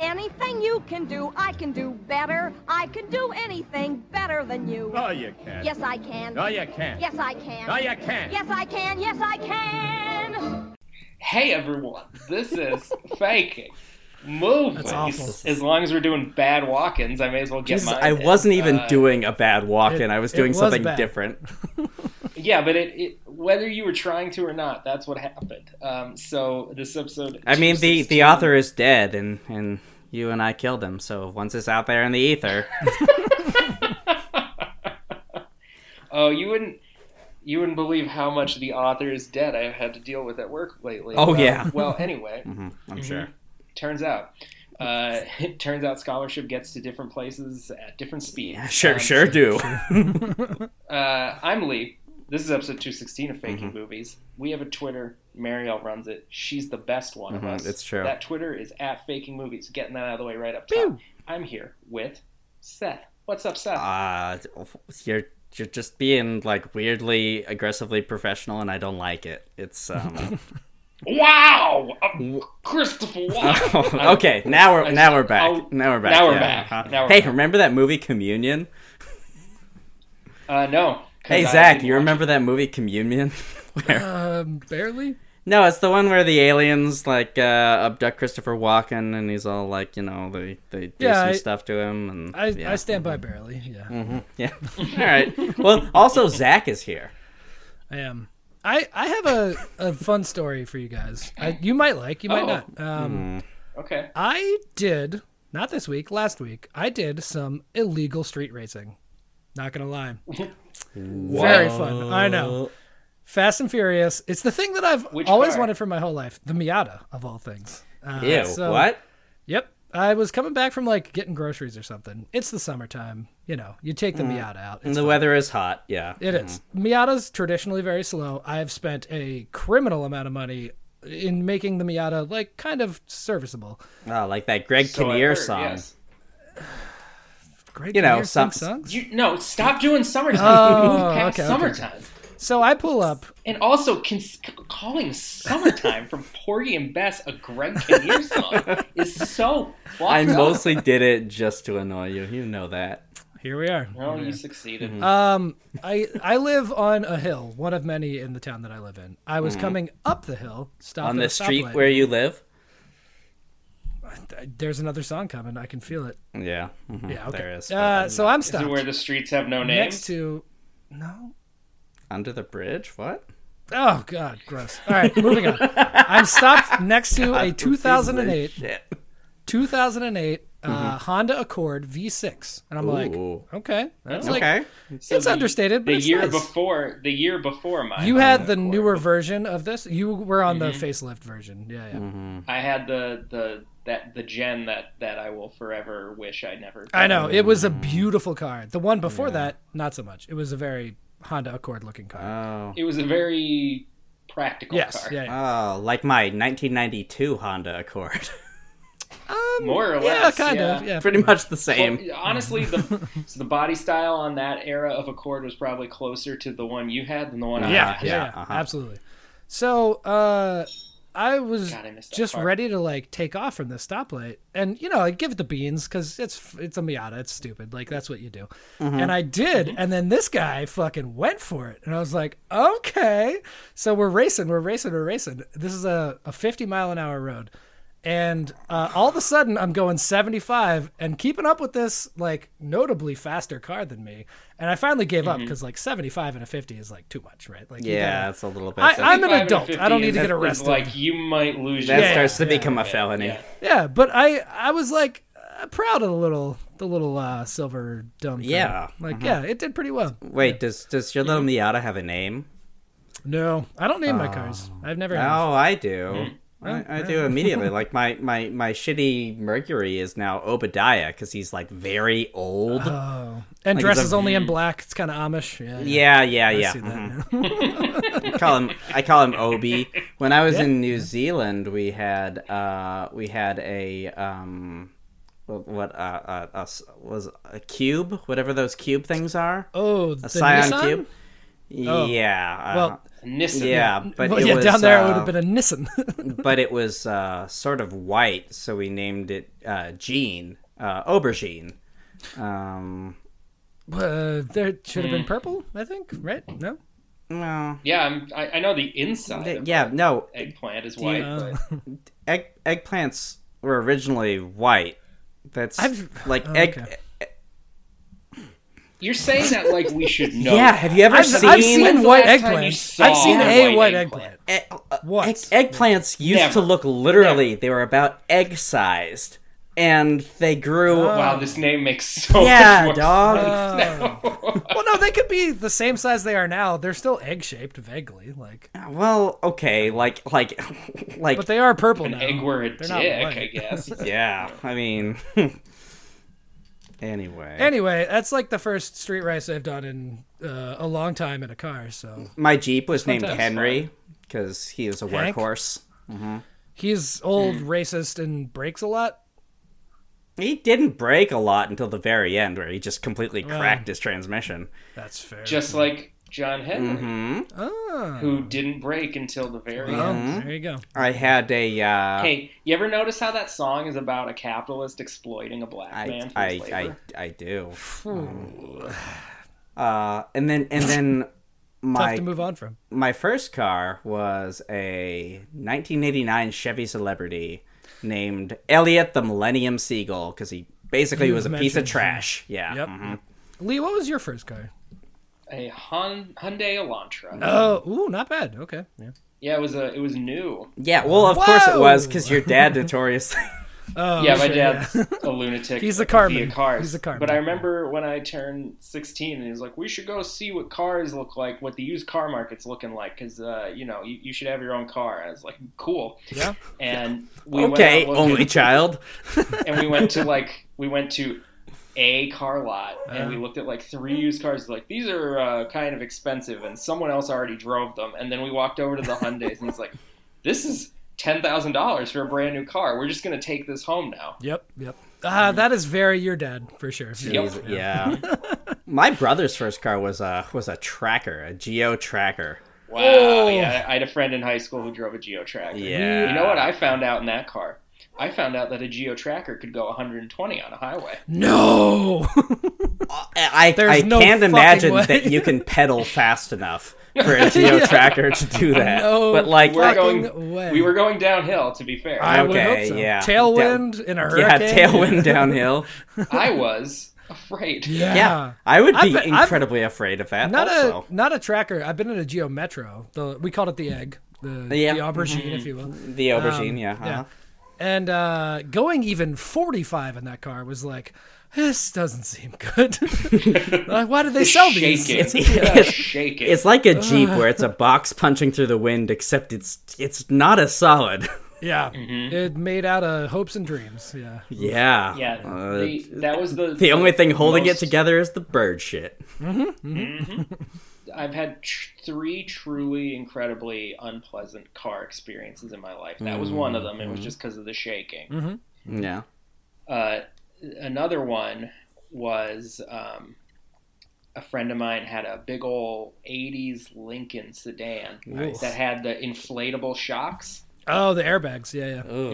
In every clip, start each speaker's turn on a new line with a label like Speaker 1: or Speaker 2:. Speaker 1: Anything you can do, I can do better. I can do anything better than you.
Speaker 2: No, you can't.
Speaker 1: Yes, I can.
Speaker 2: No, you can't.
Speaker 1: Yes, I can.
Speaker 2: No, you can't.
Speaker 1: Yes, I can. Yes, I can.
Speaker 3: Hey everyone, this is faking movies.
Speaker 4: That's awful.
Speaker 3: As long as we're doing bad walk-ins, I may as well get
Speaker 5: Jesus,
Speaker 3: mine.
Speaker 5: I
Speaker 3: in.
Speaker 5: wasn't even
Speaker 3: Uh,
Speaker 5: doing a bad walk
Speaker 4: It-
Speaker 5: in. I was
Speaker 4: it
Speaker 5: doing
Speaker 4: was
Speaker 5: something
Speaker 4: bad.
Speaker 5: different.
Speaker 3: Yeah, but it, it whether you were trying to or not, that's what happened. Um, so this episode.
Speaker 5: I mean, the, the
Speaker 3: 216
Speaker 5: author is dead, and, and you and I killed him. So once it's out there in the ether,
Speaker 3: oh, you wouldn't. You wouldn't believe how much the author is dead. I've had to deal with at work lately.
Speaker 5: Oh,
Speaker 3: Um,
Speaker 5: yeah.
Speaker 3: Well, anyway,
Speaker 5: Mhm,
Speaker 4: Mm-hmm.
Speaker 5: I'm sure.
Speaker 3: turns out, uh, it turns out scholarship gets to different places at different speeds.
Speaker 5: Sure,
Speaker 3: Um,
Speaker 5: sure do.
Speaker 3: Uh, I'm Lee. This is episode 216 of Faking
Speaker 5: Mm-hmm.
Speaker 3: Movies. We have a Twitter. Marielle runs it. She's the best one
Speaker 5: Mhm,
Speaker 3: of us.
Speaker 5: it's true.
Speaker 3: That Twitter is at Faking Movies. Getting that out of the way right up top. I'm here with Seth. What's up, Seth?
Speaker 5: Uh, you're you're just being like weirdly aggressively professional, and I don't like it. It's um.
Speaker 3: wow, Uh, Christopher. Wow.
Speaker 5: Oh, okay, now we're
Speaker 3: I-
Speaker 5: now we're back.
Speaker 3: oh,
Speaker 5: now we're back.
Speaker 3: now we're
Speaker 5: yeah,
Speaker 3: back.
Speaker 5: uh-huh.
Speaker 3: Now we're
Speaker 5: hey,
Speaker 3: back.
Speaker 5: remember that movie Communion?
Speaker 3: Uh, no. 'cause
Speaker 5: Hey
Speaker 3: I
Speaker 5: Zach,
Speaker 3: didn't
Speaker 5: you
Speaker 3: watch
Speaker 5: remember that movie Communion? Where-
Speaker 4: Um, barely.
Speaker 5: no, it's the one where the aliens like uh, abduct Christopher Walken, and he's all like, you know, they they do
Speaker 4: Yeah,
Speaker 5: some
Speaker 4: I-
Speaker 5: stuff to him, and
Speaker 4: I,
Speaker 5: yeah. Mm.
Speaker 4: I stand by barely. Yeah,
Speaker 5: Yeah. all right. Well, also Zach is here.
Speaker 4: I am. I, I have a, a fun story for you guys. I, you might like, you might
Speaker 3: Oh.
Speaker 4: not.
Speaker 5: Mm.
Speaker 4: Um,
Speaker 3: it. Okay.
Speaker 4: I did not this week, last week. I did some illegal street racing. Not gonna lie, very fun. I know. Fast and Furious. It's the thing that I've
Speaker 3: Which
Speaker 4: always
Speaker 3: car?
Speaker 4: wanted for my whole life. The Miata of all things. Uh,
Speaker 5: Ew.
Speaker 4: so-
Speaker 5: what?
Speaker 4: Yep. I was coming back from like getting groceries or something. It's the summertime. You know, you take the Miata out. It's
Speaker 5: Mm. And the
Speaker 4: fine.
Speaker 5: weather is hot. Yeah.
Speaker 4: It is. Miata's traditionally very slow. I have spent a criminal amount of money in making the Miata like kind of serviceable.
Speaker 5: Oh, like that Greg
Speaker 3: So I
Speaker 5: Kinnear
Speaker 3: heard,
Speaker 5: song.
Speaker 3: yes.
Speaker 4: Great,
Speaker 5: You know,
Speaker 4: Kinnear
Speaker 5: some-
Speaker 4: songs.
Speaker 3: You, no, stop doing summertime.
Speaker 5: Oh,
Speaker 3: Move past
Speaker 4: okay, okay,
Speaker 3: summertime.
Speaker 4: So I pull up.
Speaker 3: And also, cons- c- calling "Summertime" from Porgy and Bess a Greg Kinnear song is so fucked
Speaker 5: I
Speaker 3: up.
Speaker 5: mostly did it just to annoy you. You know that.
Speaker 4: Here we are.
Speaker 3: No, you succeeded.
Speaker 4: Um, I I live on a hill, one of many in the town that I live in. I was coming up the hill, stopped
Speaker 5: Mm. On
Speaker 4: at
Speaker 5: the
Speaker 4: a
Speaker 5: street
Speaker 4: stoplight.
Speaker 5: where you live?
Speaker 4: there's another song coming. I can feel it.
Speaker 5: Yeah. mhm,
Speaker 4: Yeah, okay.
Speaker 5: There is.
Speaker 4: uh, so I'm
Speaker 3: Is it
Speaker 4: stopped
Speaker 3: where the streets have no
Speaker 4: next
Speaker 3: names?
Speaker 4: to no
Speaker 5: Under the bridge? What?
Speaker 4: Oh God, gross. All right, moving on. I'm stopped next to a 2008,
Speaker 5: Shit.
Speaker 4: 2008 uh,
Speaker 5: Mm-hmm.
Speaker 4: Honda Accord V6, and I'm
Speaker 5: Ooh.
Speaker 4: like, okay, that's like
Speaker 5: okay.
Speaker 3: So
Speaker 4: it's
Speaker 3: the-
Speaker 4: understated, but
Speaker 3: The
Speaker 4: it's
Speaker 3: year
Speaker 4: nice.
Speaker 3: before, the year before mine.
Speaker 4: You had the
Speaker 3: Accord. Mm-hmm.
Speaker 4: newer version of this. You were on the facelift version. Yeah, yeah.
Speaker 5: Mm-hmm.
Speaker 3: I had the the that the gen that that I will forever wish I never.
Speaker 4: I know it was a beautiful car. The one before that, not so much. It was a very Honda Accord looking car.
Speaker 5: Oh.
Speaker 3: It was a very practical
Speaker 4: yes,
Speaker 3: car.
Speaker 4: yeah, yeah.
Speaker 5: Oh, like my 1992 Honda Accord. Uh,
Speaker 4: Um,
Speaker 3: More or
Speaker 4: yeah,
Speaker 3: less.
Speaker 4: kind of. Yeah,
Speaker 5: Pretty much the same.
Speaker 3: Well, honestly, the so the body style on that era of Accord was probably closer to the one you had than the one I
Speaker 4: yeah,
Speaker 3: had.
Speaker 4: yeah,
Speaker 5: yeah,
Speaker 4: yeah,
Speaker 5: uh-huh.
Speaker 4: absolutely. So uh, I was
Speaker 3: God, I missed that
Speaker 4: just
Speaker 3: part.
Speaker 4: ready to like take off from the stoplight, and you know, I give it the beans because it's it's a Miata, it's stupid, like that's what you do. And I did, and then this guy fucking went for it, and I was like, okay. So we're racing, we're racing, we're racing. This is a, a fifty mile an hour road, and uh, all of a sudden I'm going seventy five and keeping up with this like notably faster car than me, and I finally gave up because like seventy five and a fifty is like too much, right? Like you
Speaker 5: yeah,
Speaker 4: gotta-
Speaker 5: it's a little bit.
Speaker 4: I-
Speaker 5: so-
Speaker 4: I'm an
Speaker 3: 55 and
Speaker 4: adult. I don't need
Speaker 3: 50
Speaker 4: to get
Speaker 3: is- is
Speaker 4: arrested.
Speaker 3: Like you might lose.
Speaker 5: that
Speaker 3: your
Speaker 4: yeah,
Speaker 5: starts to
Speaker 3: mind.
Speaker 5: become a felony.
Speaker 3: yeah.
Speaker 4: Yeah, but I I was like uh, proud of the little the little uh, silver dumb. thing.
Speaker 5: Yeah. mm-hmm.
Speaker 4: like yeah, it did pretty well.
Speaker 5: Wait, does does your little Miata have a name?
Speaker 4: No, I don't name my cars. I've never.
Speaker 5: Oh,
Speaker 4: had
Speaker 5: I do. I, I do immediately. Like my my my shitty Mercury is now Obadiah because he's like very old.
Speaker 4: Oh, And
Speaker 5: Like,
Speaker 4: dresses
Speaker 5: the-
Speaker 4: only in black. It's kind of Amish. Yeah.
Speaker 5: yeah, yeah,
Speaker 4: I
Speaker 5: yeah.
Speaker 4: see
Speaker 5: mhm.
Speaker 4: that.
Speaker 5: I call him I call him Obi. When I was in New Zealand, we had uh we had a um what- what uh, uh, uh was a cube, whatever those cube things are,
Speaker 4: Oh,
Speaker 5: a
Speaker 4: the
Speaker 5: Scion
Speaker 4: Nissan?
Speaker 5: cube. Yeah. uh,
Speaker 4: Well,
Speaker 3: Nissan.
Speaker 5: yeah, but
Speaker 4: well,
Speaker 5: it
Speaker 4: yeah,
Speaker 5: was,
Speaker 4: down there
Speaker 5: uh,
Speaker 4: it would have been a Nissan.
Speaker 5: but it was uh, sort of white, so we named it uh, Jean uh, Aubergine. Um,
Speaker 4: uh, there should
Speaker 5: Mm.
Speaker 4: have been purple, I think. Right? No.
Speaker 5: well,
Speaker 3: Yeah, I'm, I, I know the inside.
Speaker 5: th-
Speaker 3: of
Speaker 5: yeah, no,
Speaker 3: Eggplant is white,
Speaker 4: Uh,
Speaker 3: but
Speaker 5: egg eggplants were originally white. That's
Speaker 4: I've-
Speaker 5: like
Speaker 4: oh,
Speaker 5: egg.
Speaker 4: okay.
Speaker 3: you're saying that like we should know.
Speaker 5: Yeah, have you ever
Speaker 4: I've,
Speaker 5: seen?
Speaker 4: I've seen e,
Speaker 3: When's the
Speaker 4: white
Speaker 3: last time you
Speaker 4: eggplants.
Speaker 3: saw
Speaker 4: I've seen
Speaker 3: a
Speaker 4: a
Speaker 3: white
Speaker 4: white
Speaker 3: eggplant?
Speaker 4: eggplant.
Speaker 5: Egg- uh,
Speaker 4: What?
Speaker 5: egg- eggplants used
Speaker 3: Never.
Speaker 5: to look literally they were about egg sized, and they grew.
Speaker 3: Wow, this name makes
Speaker 4: Oh.
Speaker 3: so
Speaker 5: Yeah,
Speaker 3: much more
Speaker 5: dog.
Speaker 3: sense now.
Speaker 4: Uh, Well, no, they could be the same size they are now. They're still egg shaped, vaguely. Like,
Speaker 5: Well, okay, like like like
Speaker 4: but they are purple now.
Speaker 3: Egg were a
Speaker 4: They're
Speaker 3: dick,
Speaker 4: not white.
Speaker 3: I guess.
Speaker 5: yeah, I mean. anyway,
Speaker 4: Anyway, that's like the first street race I've done in uh, a long time in a car. So
Speaker 5: my Jeep was named
Speaker 4: Sometimes.
Speaker 5: Henry because he was a
Speaker 4: Hank?
Speaker 5: workhorse.
Speaker 4: he's old,
Speaker 3: Hmm.
Speaker 4: racist, and breaks a lot.
Speaker 5: He didn't break a lot until the very end, where he just completely cracked his transmission. Hmm?
Speaker 4: That's fair.
Speaker 3: Just like John Henry,
Speaker 5: Mm-hmm.
Speaker 4: oh,
Speaker 3: who didn't break until the very
Speaker 4: well,
Speaker 3: end.
Speaker 4: there you go.
Speaker 5: I had a. Uh,
Speaker 3: Hey, you ever notice how that song is about a capitalist exploiting a black man
Speaker 5: I,
Speaker 3: for his
Speaker 5: I,
Speaker 3: labor?
Speaker 5: I, I do. Um, uh, and then and then
Speaker 4: Tough
Speaker 5: my
Speaker 4: to move on from.
Speaker 5: my first car was a 1989 Chevy Celebrity named Elliot the Millennium Seagull because he basically
Speaker 4: You've
Speaker 5: was a piece
Speaker 4: mentioned
Speaker 5: of
Speaker 4: him.
Speaker 5: trash. Yeah.
Speaker 4: Yep.
Speaker 5: mhm.
Speaker 4: Lee, what was your first car?
Speaker 3: a Hon- Hyundai Elantra.
Speaker 4: Oh, ooh, not bad. Okay. Yeah.
Speaker 3: Yeah, it was a it was new.
Speaker 5: Yeah. Well, of course it was
Speaker 4: Whoa!
Speaker 5: because your dad notoriously.
Speaker 4: Oh,
Speaker 3: yeah, my
Speaker 4: sure,
Speaker 3: dad's
Speaker 4: yeah.
Speaker 3: a lunatic.
Speaker 4: He's a carman.
Speaker 3: via cars.
Speaker 4: He's a carman.
Speaker 3: But I remember when I turned 16, and he was like, "We should go see what cars look like, what the used car market's looking like, because uh, you know you, you should have your own car." I was like, "Cool."
Speaker 4: Yeah.
Speaker 3: And we
Speaker 5: okay,
Speaker 3: went out looking-
Speaker 5: only child.
Speaker 3: and we went to like we went to a car lot and
Speaker 4: Uh-huh.
Speaker 3: we looked at like three used cars like these are uh, kind of expensive and someone else already drove them and then we walked over to the Hyundai's and it's like this is ten thousand dollars for a brand new car we're just gonna take this home now
Speaker 4: Yep. Yep. Ah, that is very your dad for sure.
Speaker 5: He's- Yeah. My brother's first car was a was a tracker, a Geo tracker.
Speaker 3: wow Oh, yeah I had a friend in high school who drove a Geo Tracker
Speaker 5: Yeah.
Speaker 3: you know what I found out in that car I found out that a Geo Tracker could go 120 on a highway
Speaker 4: No.
Speaker 5: I, I,
Speaker 4: There's no
Speaker 5: can't
Speaker 4: fucking
Speaker 5: imagine
Speaker 4: way.
Speaker 5: that you can pedal fast enough for a Geo tracker to do that.
Speaker 4: No
Speaker 5: but like
Speaker 3: we're
Speaker 4: Fucking
Speaker 3: going
Speaker 4: way.
Speaker 3: we were going downhill to be fair
Speaker 4: I would
Speaker 5: Okay,
Speaker 4: hope so.
Speaker 5: yeah.
Speaker 4: Tailwind in a
Speaker 5: yeah,
Speaker 4: hurricane.
Speaker 5: tailwind downhill.
Speaker 3: I was afraid
Speaker 4: Yeah.
Speaker 5: Yeah, I would
Speaker 4: I
Speaker 5: be
Speaker 4: bet- I-
Speaker 5: incredibly afraid of that.
Speaker 4: Not
Speaker 5: also,
Speaker 4: a not a tracker. I've been in a Geo Metro. The we called it the egg, the,
Speaker 5: Yeah.
Speaker 4: the aubergine,
Speaker 3: Mm-hmm.
Speaker 4: if you will.
Speaker 5: the aubergine. yeah, uh-huh.
Speaker 4: Um, Yeah. And uh, going even 45 in that car was like, this doesn't seem good. like, why did they sell these?
Speaker 3: shaking
Speaker 5: It's-
Speaker 3: Yeah,
Speaker 5: it's-
Speaker 3: shaking
Speaker 5: It's like a jeep where it's a box punching through the wind, except it's it's not as solid.
Speaker 4: Yeah.
Speaker 3: Mm-hmm.
Speaker 4: It made out of hopes and dreams. Yeah.
Speaker 5: yeah,
Speaker 3: Yeah,
Speaker 5: Uh,
Speaker 3: the, that was the
Speaker 5: the only thing holding
Speaker 3: most-
Speaker 5: it together is the bird shit.
Speaker 4: Mm-hmm,
Speaker 3: Mm-hmm. I've had tr- three truly incredibly unpleasant car experiences in my life. That was one
Speaker 5: Mm-hmm.
Speaker 3: of them. It was just because of the shaking.
Speaker 5: Yeah.
Speaker 3: Uh, another one was um, a friend of mine had a big old '80s Lincoln sedan
Speaker 5: Nice.
Speaker 3: that had the inflatable shocks.
Speaker 4: Oh, the airbags. Yeah, yeah.
Speaker 5: Oh,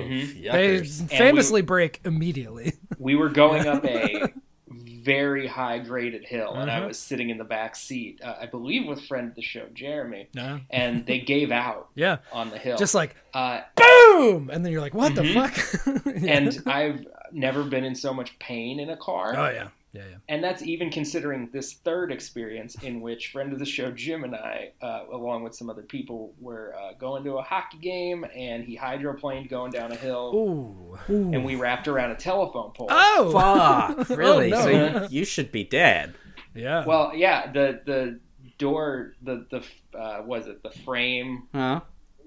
Speaker 4: They
Speaker 3: we-
Speaker 4: famously break immediately.
Speaker 3: We were going up a very high graded hill, and
Speaker 4: Uh-huh.
Speaker 3: I was sitting in the back seat, uh, I believe, with friend of the show Jeremy,
Speaker 4: Yeah.
Speaker 3: and they gave out
Speaker 4: Yeah.
Speaker 3: on the hill.
Speaker 4: Just like,
Speaker 3: Uh,
Speaker 4: boom! And then you're like, what the fuck? Yeah.
Speaker 3: Mm-hmm. and I've never been in so much pain in a car.
Speaker 4: Oh, yeah. Yeah, yeah.
Speaker 3: And that's even considering this third experience in which friend of the show Jim and I, uh, along with some other people, were uh, going to a hockey game and he hydroplaned going down a hill
Speaker 4: Ooh.
Speaker 3: and we wrapped around a telephone pole.
Speaker 4: Oh!
Speaker 5: Fuck, really?
Speaker 4: no.
Speaker 5: So you, you should be dead.
Speaker 4: Yeah.
Speaker 3: Well, yeah, the the door, the the uh, was it the frame
Speaker 5: Huh?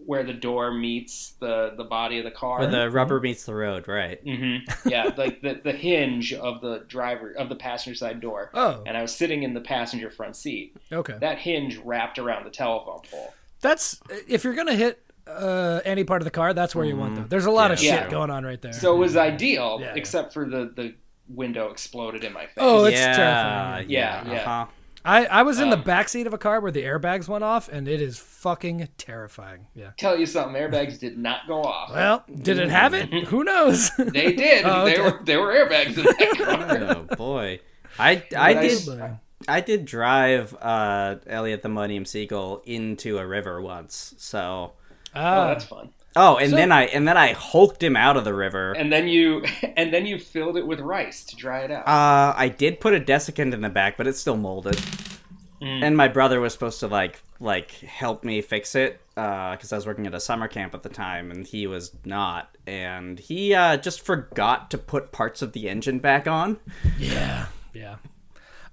Speaker 3: where the door meets the the body of the car.
Speaker 5: Where the rubber meets the road, right?
Speaker 3: hmm Yeah, like the, the hinge of the driver of the passenger side door.
Speaker 4: Oh.
Speaker 3: And I was sitting in the passenger front seat.
Speaker 4: Okay.
Speaker 3: That hinge wrapped around the telephone pole.
Speaker 4: That's if you're gonna hit uh, any part of the car, that's where you want them. There's a lot of
Speaker 3: Mm, Yeah.
Speaker 4: shit going on right there.
Speaker 3: So it was ideal,
Speaker 4: Yeah.
Speaker 3: except for the the window exploded in my face.
Speaker 4: Oh, it's
Speaker 5: yeah,
Speaker 4: terrifying.
Speaker 5: Yeah,
Speaker 3: Yeah, yeah.
Speaker 5: Uh-huh.
Speaker 4: I I was in
Speaker 3: Um,
Speaker 4: the back seat of a car where the airbags went off, and it is fucking terrifying. Yeah.
Speaker 3: Tell you something, airbags did not go off.
Speaker 4: Well, did it have it? Who knows?
Speaker 3: they did.
Speaker 4: Oh,
Speaker 3: They
Speaker 4: okay. Ah.
Speaker 3: were there were airbags in that car.
Speaker 5: Oh boy, I I
Speaker 3: I
Speaker 5: did
Speaker 4: Probably.
Speaker 5: I did drive uh, Elliot the Millennium Seagull into a river once. So
Speaker 3: oh,
Speaker 4: Ah,
Speaker 3: that's fun.
Speaker 5: oh, and
Speaker 4: So-
Speaker 5: then I and then I hulked him out of the river.
Speaker 3: And then you and then you filled it with rice to dry it out.
Speaker 5: Uh, I did put a desiccant in the back, but it still molded.
Speaker 4: Mm.
Speaker 5: And my brother was supposed to like like help me fix it because I was working at a summer camp at the time, and he was not. And he uh, just forgot to put parts of the engine back on.
Speaker 4: yeah, yeah.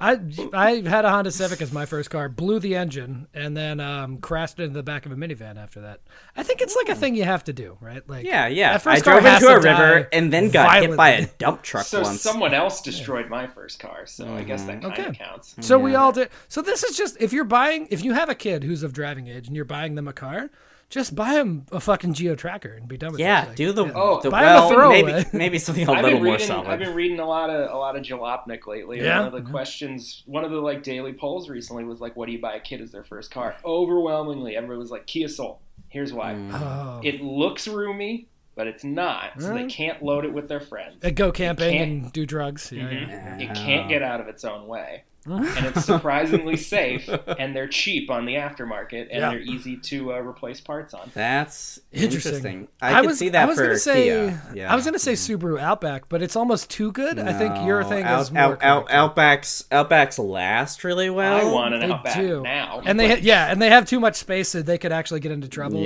Speaker 4: I I had a Honda Civic as my first car, blew the engine, and then um, crashed into the back of a minivan after that. I think it's like a thing you have to do, right? Like
Speaker 5: Yeah, yeah.
Speaker 4: that first
Speaker 5: I drove
Speaker 4: car has
Speaker 5: into a
Speaker 4: to
Speaker 5: river
Speaker 4: die
Speaker 5: and then got hit by a
Speaker 4: violently.
Speaker 5: dump truck
Speaker 3: so
Speaker 5: once.
Speaker 3: someone else destroyed my first car, so I guess that kind
Speaker 4: Mm-hmm. Okay.
Speaker 3: of counts.
Speaker 4: So we all did. So this is just if you're buying, if you have a kid who's of driving age and you're buying them a car, just buy them a fucking Geo Tracker and be done with
Speaker 5: yeah,
Speaker 4: it. Like,
Speaker 5: do the,
Speaker 3: Oh,
Speaker 5: the
Speaker 4: buy 'em a
Speaker 5: well,
Speaker 4: throwaway.
Speaker 5: maybe maybe something a
Speaker 3: I've
Speaker 5: little
Speaker 3: been
Speaker 5: more
Speaker 3: reading.
Speaker 5: solid.
Speaker 3: I've been reading a lot of a lot of Jalopnik lately. and
Speaker 4: Yeah. Mm-hmm.
Speaker 3: One of the questions, one of the like daily polls recently was like, "What do you buy a kid as their first car?" Overwhelmingly, everyone was like, "Kia Soul." Here's why:
Speaker 5: Mm.
Speaker 4: Oh,
Speaker 3: it looks roomy, but it's not, so they can't load it with their friends.
Speaker 4: Uh, go camping
Speaker 3: can't- Mm-hmm.
Speaker 4: and do drugs. Yeah, yeah.
Speaker 3: It can't get out of its own way. and it's surprisingly safe, and they're cheap on the aftermarket, and
Speaker 4: Yeah.
Speaker 3: they're easy to uh, replace parts on.
Speaker 5: That's
Speaker 4: Interesting.
Speaker 5: interesting. I, could
Speaker 4: was,
Speaker 5: see that
Speaker 4: I was
Speaker 5: for
Speaker 4: gonna say,
Speaker 5: Kia. Yeah. Mm-hmm.
Speaker 4: I was gonna say Subaru Outback, but it's almost too good. I think your
Speaker 5: No,
Speaker 4: thing
Speaker 5: out,
Speaker 4: is more
Speaker 5: out, out-
Speaker 4: correct.
Speaker 5: Outbacks Outbacks last really well.
Speaker 3: I want an
Speaker 4: They
Speaker 3: Outback
Speaker 4: do.
Speaker 3: now.
Speaker 4: and they ha- yeah, and they have too much space, so they could actually get into trouble. and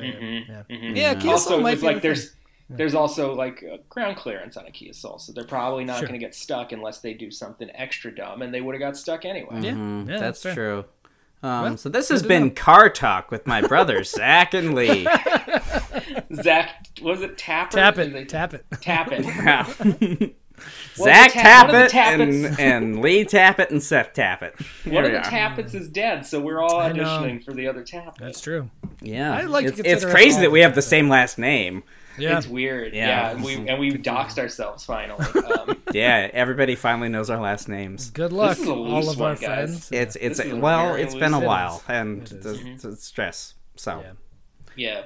Speaker 4: shit. yeah, yeah.
Speaker 3: Mhm.
Speaker 4: yeah Kia
Speaker 3: also
Speaker 4: Soul might
Speaker 3: it's
Speaker 4: be
Speaker 3: like
Speaker 4: the
Speaker 3: there's
Speaker 4: thing.
Speaker 3: there's also like uh, ground clearance on a Kia Soul, so they're probably not
Speaker 4: Sure.
Speaker 3: going to get stuck unless they do something extra dumb, and they would have got stuck anyway.
Speaker 4: yeah, yeah,
Speaker 5: Mm-hmm. That's,
Speaker 4: fair.
Speaker 5: true. Um,
Speaker 4: Well,
Speaker 5: so this has
Speaker 4: good to
Speaker 5: been car talk with my brothers Zach and Lee.
Speaker 3: Zach, was it Tapper?
Speaker 4: Tap
Speaker 3: Did they-
Speaker 4: it, tap it.
Speaker 3: tap it.
Speaker 5: Wow.
Speaker 3: the
Speaker 5: Zach
Speaker 3: tap- one of the
Speaker 5: Tappet and,
Speaker 3: Tappets.
Speaker 5: and Lee Tappet and Seth Tappet. Here
Speaker 3: One of
Speaker 5: we
Speaker 3: the
Speaker 5: are.
Speaker 3: Tappets is dead, so we're all
Speaker 4: I know.
Speaker 3: auditioning for the other Tappet.
Speaker 4: That's true.
Speaker 5: yeah,
Speaker 4: I'd like to
Speaker 5: it's,
Speaker 4: consider
Speaker 5: it's
Speaker 4: us
Speaker 5: crazy
Speaker 4: all
Speaker 5: that we have the
Speaker 4: Tappet.
Speaker 5: same last name.
Speaker 4: Yeah,
Speaker 3: It's weird,
Speaker 5: Yeah.
Speaker 3: yeah. and we and we doxed ourselves finally. Um,
Speaker 5: Yeah, everybody finally knows our last names.
Speaker 4: good luck,
Speaker 3: is a
Speaker 4: all
Speaker 3: loose
Speaker 4: of our
Speaker 3: one, guys.
Speaker 4: friends.
Speaker 5: It's it's
Speaker 3: is a
Speaker 5: well,
Speaker 3: very
Speaker 5: it's been a
Speaker 4: loose-
Speaker 5: while,
Speaker 4: It
Speaker 5: and
Speaker 4: is.
Speaker 5: the, the stress. So
Speaker 4: Yeah.
Speaker 5: yeah.
Speaker 3: yeah.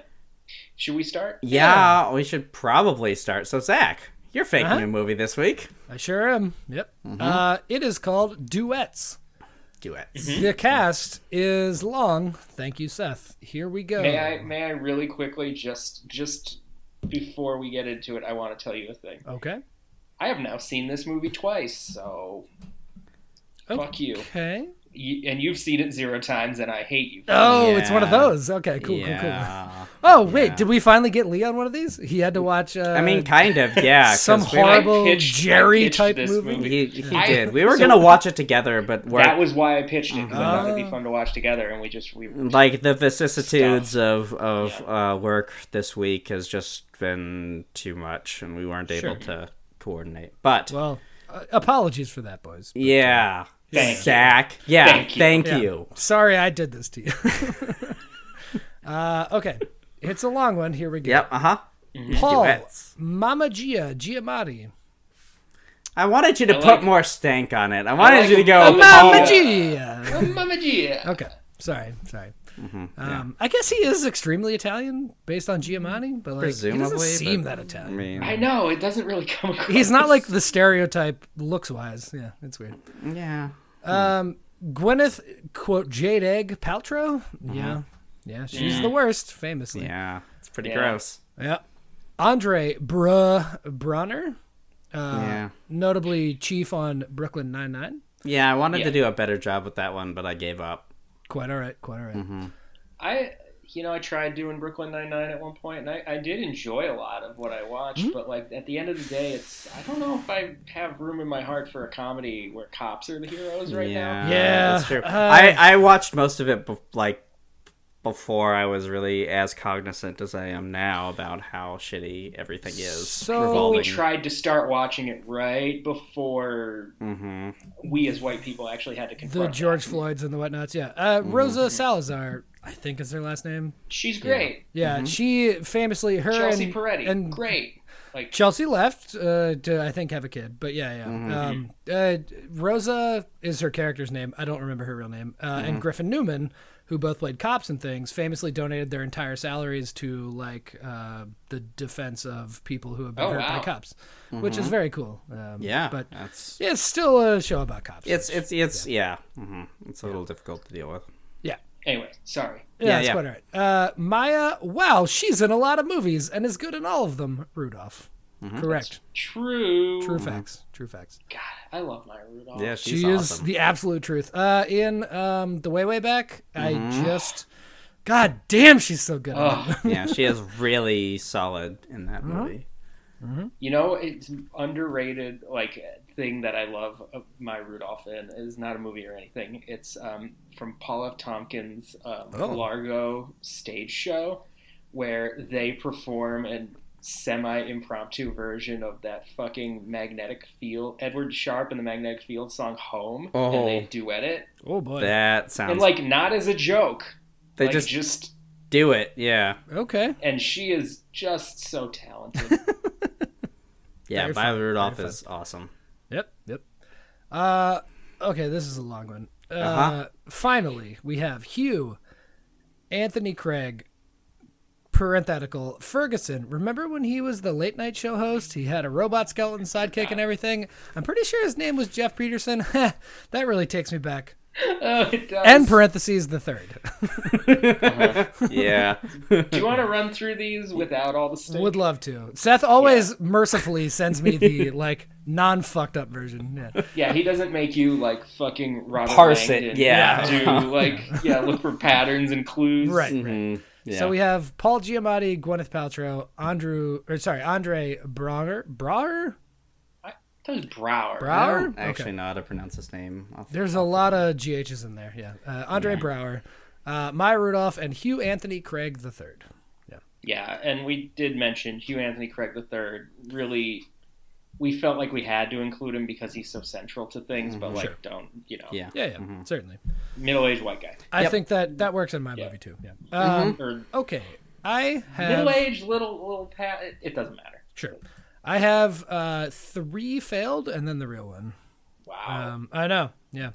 Speaker 3: Should we start?
Speaker 5: we should probably start. So Zach, you're faking
Speaker 4: Uh-huh.
Speaker 5: a movie this week.
Speaker 4: I sure am. Yep.
Speaker 3: Mm-hmm.
Speaker 4: Uh, it is called Duets.
Speaker 5: Duets.
Speaker 3: Mm-hmm.
Speaker 4: The cast is long. Thank you, Seth. Here we go.
Speaker 3: May I may I really quickly just just before we get into it, I want to tell you a thing.
Speaker 4: Okay.
Speaker 3: I have now seen this movie twice, so
Speaker 4: Oh.
Speaker 3: fuck you.
Speaker 4: Okay.
Speaker 3: you. And you've seen it zero times, and I hate you.
Speaker 4: Oh, it's one of
Speaker 5: Yeah.
Speaker 4: those. Okay, cool, cool, cool.
Speaker 5: yeah.
Speaker 4: Oh, wait, did we finally get Lee on one of these? He had to watch. Uh,
Speaker 5: I mean, kind of. Yeah. 'cause
Speaker 4: some
Speaker 5: we, like,
Speaker 4: horrible
Speaker 3: I pitched- I
Speaker 4: Jerry
Speaker 3: pitched
Speaker 4: type
Speaker 3: this
Speaker 4: movie.
Speaker 3: movie.
Speaker 5: He, he
Speaker 3: I-
Speaker 5: did. We were
Speaker 3: so-
Speaker 5: gonna watch it together, but we're
Speaker 3: That was why I pitched it. 'cause I thought
Speaker 4: Oh.
Speaker 3: it'd be fun to watch together, and we just we
Speaker 5: like the vicissitudes of of uh, work this week has just been too much, and we weren't able to coordinate. But
Speaker 4: Well, uh, apologies for that, boys.
Speaker 5: yeah,
Speaker 3: Thank you.
Speaker 5: Zach. Yeah,
Speaker 3: Thank you.
Speaker 5: thank
Speaker 4: Yeah.
Speaker 5: you.
Speaker 4: Sorry I did this to you. uh, okay. It's a long one. Here we go.
Speaker 5: Yep. Uh huh.
Speaker 4: Paul,
Speaker 5: Duets.
Speaker 4: Mama Gia, Giamatti.
Speaker 5: I wanted you to
Speaker 3: I
Speaker 5: put
Speaker 3: like-
Speaker 5: more stank on it. I wanted
Speaker 3: like
Speaker 5: you to go.
Speaker 3: the-
Speaker 4: Mama
Speaker 3: Yeah.
Speaker 4: Gia.
Speaker 3: Oh, Mamma Mia.
Speaker 4: Okay. Sorry. Sorry.
Speaker 5: Mm-hmm.
Speaker 4: um, I guess he is extremely Italian based on Giamatti, but like, he
Speaker 5: Presumably,
Speaker 4: doesn't seem
Speaker 5: but-
Speaker 4: that Italian.
Speaker 5: I mean,
Speaker 3: I know it doesn't really come across.
Speaker 4: He's not like the stereotype looks wise. Yeah, it's weird.
Speaker 5: yeah.
Speaker 4: Gwyneth, quote, Jade Egg Paltrow? Yeah. Yeah, she's the worst, famously.
Speaker 5: Mm-hmm. Yeah. It's pretty
Speaker 3: Yeah.
Speaker 5: gross.
Speaker 4: Yeah. Andre Bruh Bronner,
Speaker 5: yeah.
Speaker 4: notably chief on Brooklyn Nine-Nine.
Speaker 5: Yeah. I wanted
Speaker 3: Yeah.
Speaker 5: to do a better job with that one, but I gave up.
Speaker 4: Quite all right. Quite all right.
Speaker 3: I you know I tried doing Brooklyn Nine Nine at one point, and I, I did enjoy a lot of what I watched.
Speaker 4: Hmm?
Speaker 3: But like at the end of the day, it's I don't know if I have room in my heart for a comedy where cops are the heroes right now.
Speaker 5: Yeah,
Speaker 4: Yeah,
Speaker 5: that's true.
Speaker 4: uh,
Speaker 5: I I watched most of it bef- like before I was really as cognizant as I am now about how shitty everything is.
Speaker 4: So-
Speaker 3: We
Speaker 5: revolving.
Speaker 3: tried to start watching it right before
Speaker 5: Mhm.
Speaker 3: we as white people actually had to confront
Speaker 4: the
Speaker 3: that.
Speaker 4: George Floyds and the whatnots. Yeah, uh,
Speaker 3: Mm-hmm.
Speaker 4: Rosa Salazar, I think is their last name.
Speaker 3: She's great.
Speaker 4: Yeah, she famously her
Speaker 3: Mm-hmm. Chelsea
Speaker 4: and,
Speaker 3: Peretti,
Speaker 4: and
Speaker 3: great. Like
Speaker 4: Chelsea left uh, to I think have a kid, but yeah, yeah.
Speaker 3: Mm-hmm.
Speaker 4: Um, uh, Rosa is her character's name. I don't remember her real name. Uh,
Speaker 3: Mm-hmm.
Speaker 4: And Griffin Newman, who both played cops and things, famously donated their entire salaries to like uh, the defense of people who have been
Speaker 3: Oh,
Speaker 4: hurt
Speaker 3: wow. Mm-hmm.
Speaker 4: by cops, which is very cool. Um,
Speaker 5: Yeah,
Speaker 4: but
Speaker 5: that's
Speaker 4: it's still a show about cops.
Speaker 5: it's it's it's yeah. hmm It's a little difficult to deal with.
Speaker 4: yeah.
Speaker 3: anyway, sorry.
Speaker 4: Yeah,
Speaker 5: Yeah,
Speaker 4: that's
Speaker 5: yeah.
Speaker 4: quite all right. Uh, Maya, wow, she's in a lot of movies and is good in all of them. Rudolph,
Speaker 5: Mm-hmm.
Speaker 4: correct.
Speaker 3: True.
Speaker 4: True facts. True facts.
Speaker 3: God, I love Maya Rudolph.
Speaker 5: Yeah, Mm-hmm. she's
Speaker 4: she is
Speaker 5: awesome.
Speaker 4: the absolute truth. Uh, in um, the way way back,
Speaker 5: Mm-hmm.
Speaker 4: I just, god damn, she's so good. at it.
Speaker 3: Ugh,
Speaker 5: yeah, she is really solid in that
Speaker 4: Uh-huh.
Speaker 5: movie.
Speaker 3: you know, it's an underrated like thing that I love of Maya Rudolph in is not a movie or anything. It's um, from Paul F. Tompkins' um,
Speaker 5: Oh.
Speaker 3: Largo stage show where they perform a semi impromptu version of that fucking magnetic field Edward Sharp and the magnetic field song Home
Speaker 5: Oh.
Speaker 3: and they duet it.
Speaker 4: Oh boy.
Speaker 5: That sounds
Speaker 3: And
Speaker 5: like
Speaker 3: like not as a joke.
Speaker 5: they
Speaker 3: like,
Speaker 5: just,
Speaker 3: just
Speaker 5: do it. Yeah,
Speaker 4: Okay.
Speaker 3: and she is just so talented.
Speaker 5: yeah.
Speaker 4: Very
Speaker 5: Violet
Speaker 4: fun,
Speaker 5: Rudolph is awesome.
Speaker 4: Yep. Yep. Uh, okay, this is a long one. Uh,
Speaker 5: Uh-huh.
Speaker 4: Finally, we have Hugh, Anthony Craig, parenthetical Ferguson. Remember when he was the late night show host? He had a robot skeleton sidekick and everything. I'm pretty sure his name was Jeff Peterson. that really takes me back.
Speaker 3: oh, it does.
Speaker 4: And parentheses the third.
Speaker 5: Yeah,
Speaker 3: Do you want to run through these without all the stuff?
Speaker 4: Would love to. Seth always mercifully sends me the like non fucked up version. Yeah.
Speaker 3: Yeah, he doesn't make you like fucking Robert
Speaker 5: Parse it,
Speaker 3: Langdon
Speaker 5: yeah.
Speaker 3: Do like yeah, look for patterns and clues.
Speaker 4: Right.
Speaker 3: Mm-hmm.
Speaker 5: Mhm. yeah.
Speaker 4: So we have Paul Giamatti, Gwyneth Paltrow, Andrew, or sorry, Andre Brauer, Brauer,
Speaker 3: That was Brower.
Speaker 4: Brauer.
Speaker 5: I don't actually
Speaker 4: Okay.
Speaker 5: know how to pronounce his name. Off
Speaker 4: There's a lot of GHs in there. Yeah, uh, Andre Brauer, uh, Maya Rudolph, and Hugh Anthony Craig the third.
Speaker 3: yeah, and we did mention Hugh Anthony Craig III. Really, we felt like we had to include him because he's so central to things. But like,
Speaker 4: Sure.
Speaker 3: don't you know?
Speaker 5: Mm-hmm. yeah.
Speaker 4: Yeah, yeah, certainly.
Speaker 3: middle-aged white guy
Speaker 4: I
Speaker 5: Mm-hmm. Yep. Mm-hmm.
Speaker 4: think that that works in my movie too. Yeah. Um,
Speaker 3: or
Speaker 4: Okay, I have
Speaker 3: middle-aged little little pat. It, it doesn't matter.
Speaker 4: sure. I have uh, three failed, and then the real one.
Speaker 5: Uh.
Speaker 3: Wow.
Speaker 4: Um, I know. Yeah.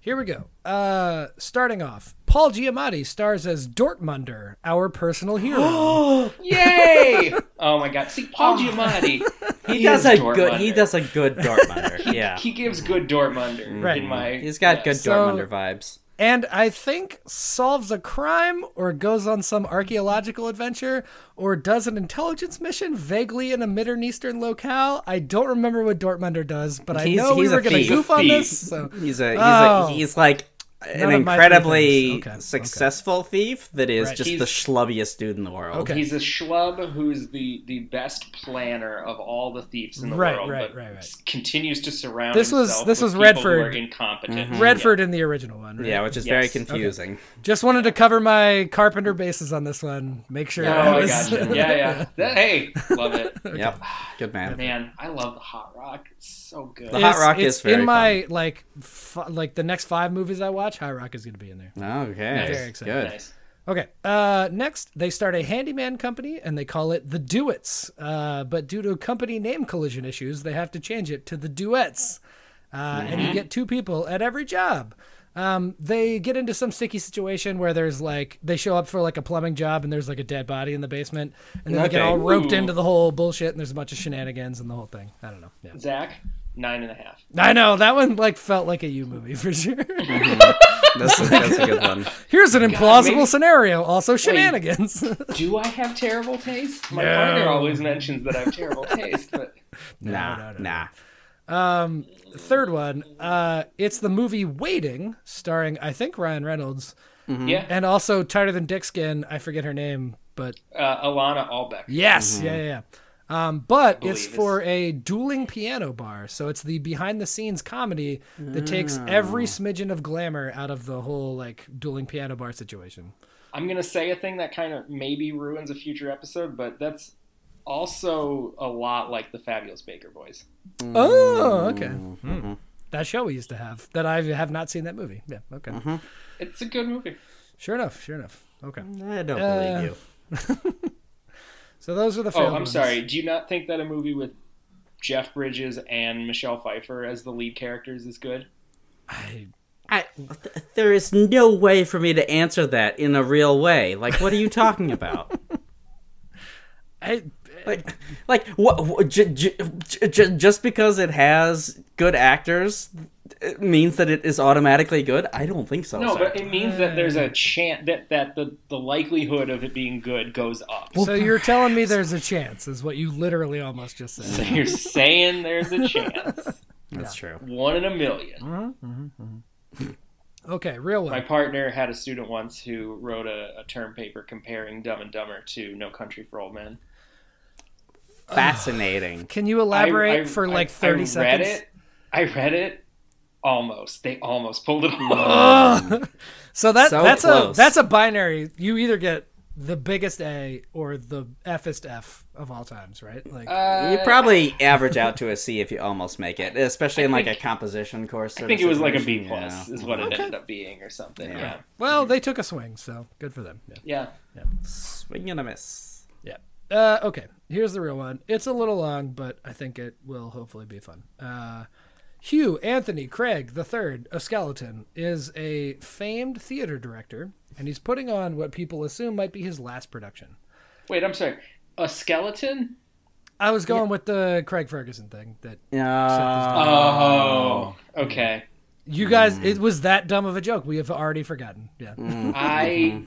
Speaker 4: Here we go. Uh, starting off, Paul Giamatti stars as Dortmunder, our personal hero.
Speaker 3: Yay! oh my god. See, Paul Giamatti.
Speaker 5: He does a
Speaker 3: is
Speaker 5: good. He
Speaker 3: Dortmunder.
Speaker 5: does a good Dortmunder. yeah,
Speaker 3: He gives good Dortmunder
Speaker 4: Right.
Speaker 3: in my.
Speaker 5: Mm-hmm. he's got good
Speaker 3: yes.
Speaker 4: So-
Speaker 5: Dortmunder vibes.
Speaker 4: and I think solves a crime or goes on some archaeological adventure or does an intelligence mission vaguely in a Middle Eastern locale. I don't remember what Dortmunder does, but I
Speaker 5: He's-
Speaker 4: know we
Speaker 5: he's a
Speaker 4: were going to
Speaker 5: thief.
Speaker 4: goof on
Speaker 3: Thief.
Speaker 4: this. So.
Speaker 5: He's a. He's,
Speaker 4: Oh.
Speaker 5: a, he's like an
Speaker 4: None of my three
Speaker 5: incredibly
Speaker 4: things. Okay, okay.
Speaker 5: successful thief that is
Speaker 4: Right.
Speaker 5: just
Speaker 3: He's-
Speaker 5: the schlubbiest dude in the world.
Speaker 4: Okay.
Speaker 3: He's a schlub who's the, the best planner of all the thieves in the
Speaker 4: Right,
Speaker 3: world,
Speaker 4: right,
Speaker 3: but
Speaker 4: right, right.
Speaker 3: continues to surround
Speaker 4: This was-
Speaker 3: himself
Speaker 4: this
Speaker 3: with
Speaker 4: was
Speaker 3: people who
Speaker 4: Redford.
Speaker 3: are incompetent.
Speaker 4: Redford in the original one. right?
Speaker 5: Mhm. Yeah, which is very
Speaker 3: Yes. Okay.
Speaker 5: confusing.
Speaker 4: Just wanted to cover my carpenter bases on this one. Make sure.
Speaker 3: Yeah.
Speaker 4: I
Speaker 3: Oh, I
Speaker 4: was-
Speaker 3: gotcha. Yeah, yeah. That- hey, love it.
Speaker 5: Yep, good man.
Speaker 3: Man, I love the Hot Rock. It's so good.
Speaker 5: The Hot
Speaker 4: It's-
Speaker 5: Rock
Speaker 4: it's
Speaker 5: is very
Speaker 4: in my like f- like the next five movies I watch. Hot Rock is going to be in there.
Speaker 5: Okay,
Speaker 4: Very excited.
Speaker 5: good.
Speaker 3: Nice.
Speaker 4: Okay. Uh, next, they start a handyman company and they call it the Duets. Uh, but due to company name collision issues, they have to change it to the Duets. Uh, And
Speaker 5: Mm-hmm.
Speaker 4: you get two people at every job. Um, they get into some sticky situation where there's like they show up for like a plumbing job and there's like a dead body in the basement and then they get
Speaker 5: Okay.
Speaker 4: all roped
Speaker 3: Ooh.
Speaker 4: into the whole bullshit and there's a bunch of shenanigans and the whole thing. I don't know. Yeah.
Speaker 3: Zach, nine and a half.
Speaker 4: I know that one like felt like a you movie for sure.
Speaker 5: That's, that's a good one.
Speaker 4: Here's an implausible
Speaker 3: Oh, maybe-
Speaker 4: scenario, also shenanigans.
Speaker 3: Do I have terrible taste? My
Speaker 4: No.
Speaker 3: partner always mentions that I have terrible taste, but
Speaker 5: Nah,
Speaker 4: no, no.
Speaker 5: nah.
Speaker 4: Third one, uh, it's the movie Waiting, starring I think Ryan Reynolds
Speaker 3: yeah.
Speaker 4: and also tighter than Dick Skin. I forget her name, but
Speaker 3: Uh, Alana Albeck.
Speaker 4: yes, yeah, yeah. yeah. Um, but it's
Speaker 3: believe
Speaker 4: for a dueling piano bar. So it's the behind the scenes comedy that
Speaker 3: Ah.
Speaker 4: takes every smidgen of glamour out of the whole like dueling piano bar situation.
Speaker 3: I'm gonna say a thing that kind of maybe ruins a future episode, but that's also a lot like the Fabulous Baker Boys.
Speaker 4: Oh, okay.
Speaker 3: Mm-hmm.
Speaker 4: That show we used to have that I have not seen that movie. Yeah, okay.
Speaker 3: Mm-hmm. It's a good movie.
Speaker 4: Sure enough, sure enough. Okay.
Speaker 5: I don't
Speaker 4: Uh,
Speaker 5: believe you.
Speaker 4: So those are the
Speaker 3: Oh,
Speaker 4: failed
Speaker 3: I'm
Speaker 4: ones.
Speaker 3: sorry. Do you not think that a movie with Jeff Bridges and Michelle Pfeiffer as the lead characters is good?
Speaker 4: I,
Speaker 5: I, th- there is no way for me to answer that in a real way. Like, what are you talking about?
Speaker 4: I
Speaker 5: like, like what? what j- j- j- j- just because it has good actors it means that it is automatically good? I don't think so.
Speaker 3: No,
Speaker 5: sir.
Speaker 3: but it means that there's a chance that, that the, the likelihood of it being good goes up.
Speaker 4: so you're telling me there's a chance is what you literally almost just
Speaker 3: So
Speaker 4: said.
Speaker 3: you're saying there's a chance.
Speaker 5: that's true.
Speaker 3: One in a million.
Speaker 4: Okay, real
Speaker 3: My
Speaker 4: one.
Speaker 3: partner had a student once who wrote a, a term paper comparing Dumb and Dumber to No Country for Old Men.
Speaker 5: Fascinating.
Speaker 4: Can you elaborate
Speaker 3: I- I-
Speaker 4: for like
Speaker 3: I-
Speaker 4: 30
Speaker 3: I
Speaker 4: seconds?
Speaker 3: Read it, I read it almost. They almost pulled it off.
Speaker 4: So that
Speaker 5: So
Speaker 4: that's a
Speaker 5: close.
Speaker 4: that's a binary. You either get the biggest A or the effest F of all times, right? Like
Speaker 3: Uh,
Speaker 5: you probably average out to a C if you almost make it, especially in like a composition course.
Speaker 3: I
Speaker 5: sort
Speaker 3: think
Speaker 5: of
Speaker 3: it was like a B
Speaker 5: situation, you
Speaker 3: plus
Speaker 5: know.
Speaker 3: is what it ended up being or something. Yeah.
Speaker 4: well, they took a swing, so good for them. Yeah.
Speaker 3: Yeah.
Speaker 5: Swing and a miss.
Speaker 4: yeah. Uh, okay, here's the real one. It's a little long, but I think it will hopefully be fun. Uh, Hugh Anthony Craig the Third of Skeleton is a famed theater director, and he's putting on what people assume might be his last production.
Speaker 3: Wait, I'm sorry. A skeleton?
Speaker 4: I was going with the Craig Ferguson thing that
Speaker 5: Uh,
Speaker 3: Oh. Okay.
Speaker 4: you guys it was that dumb of a joke. We have already forgotten. Yeah.
Speaker 5: Mm-hmm.
Speaker 3: I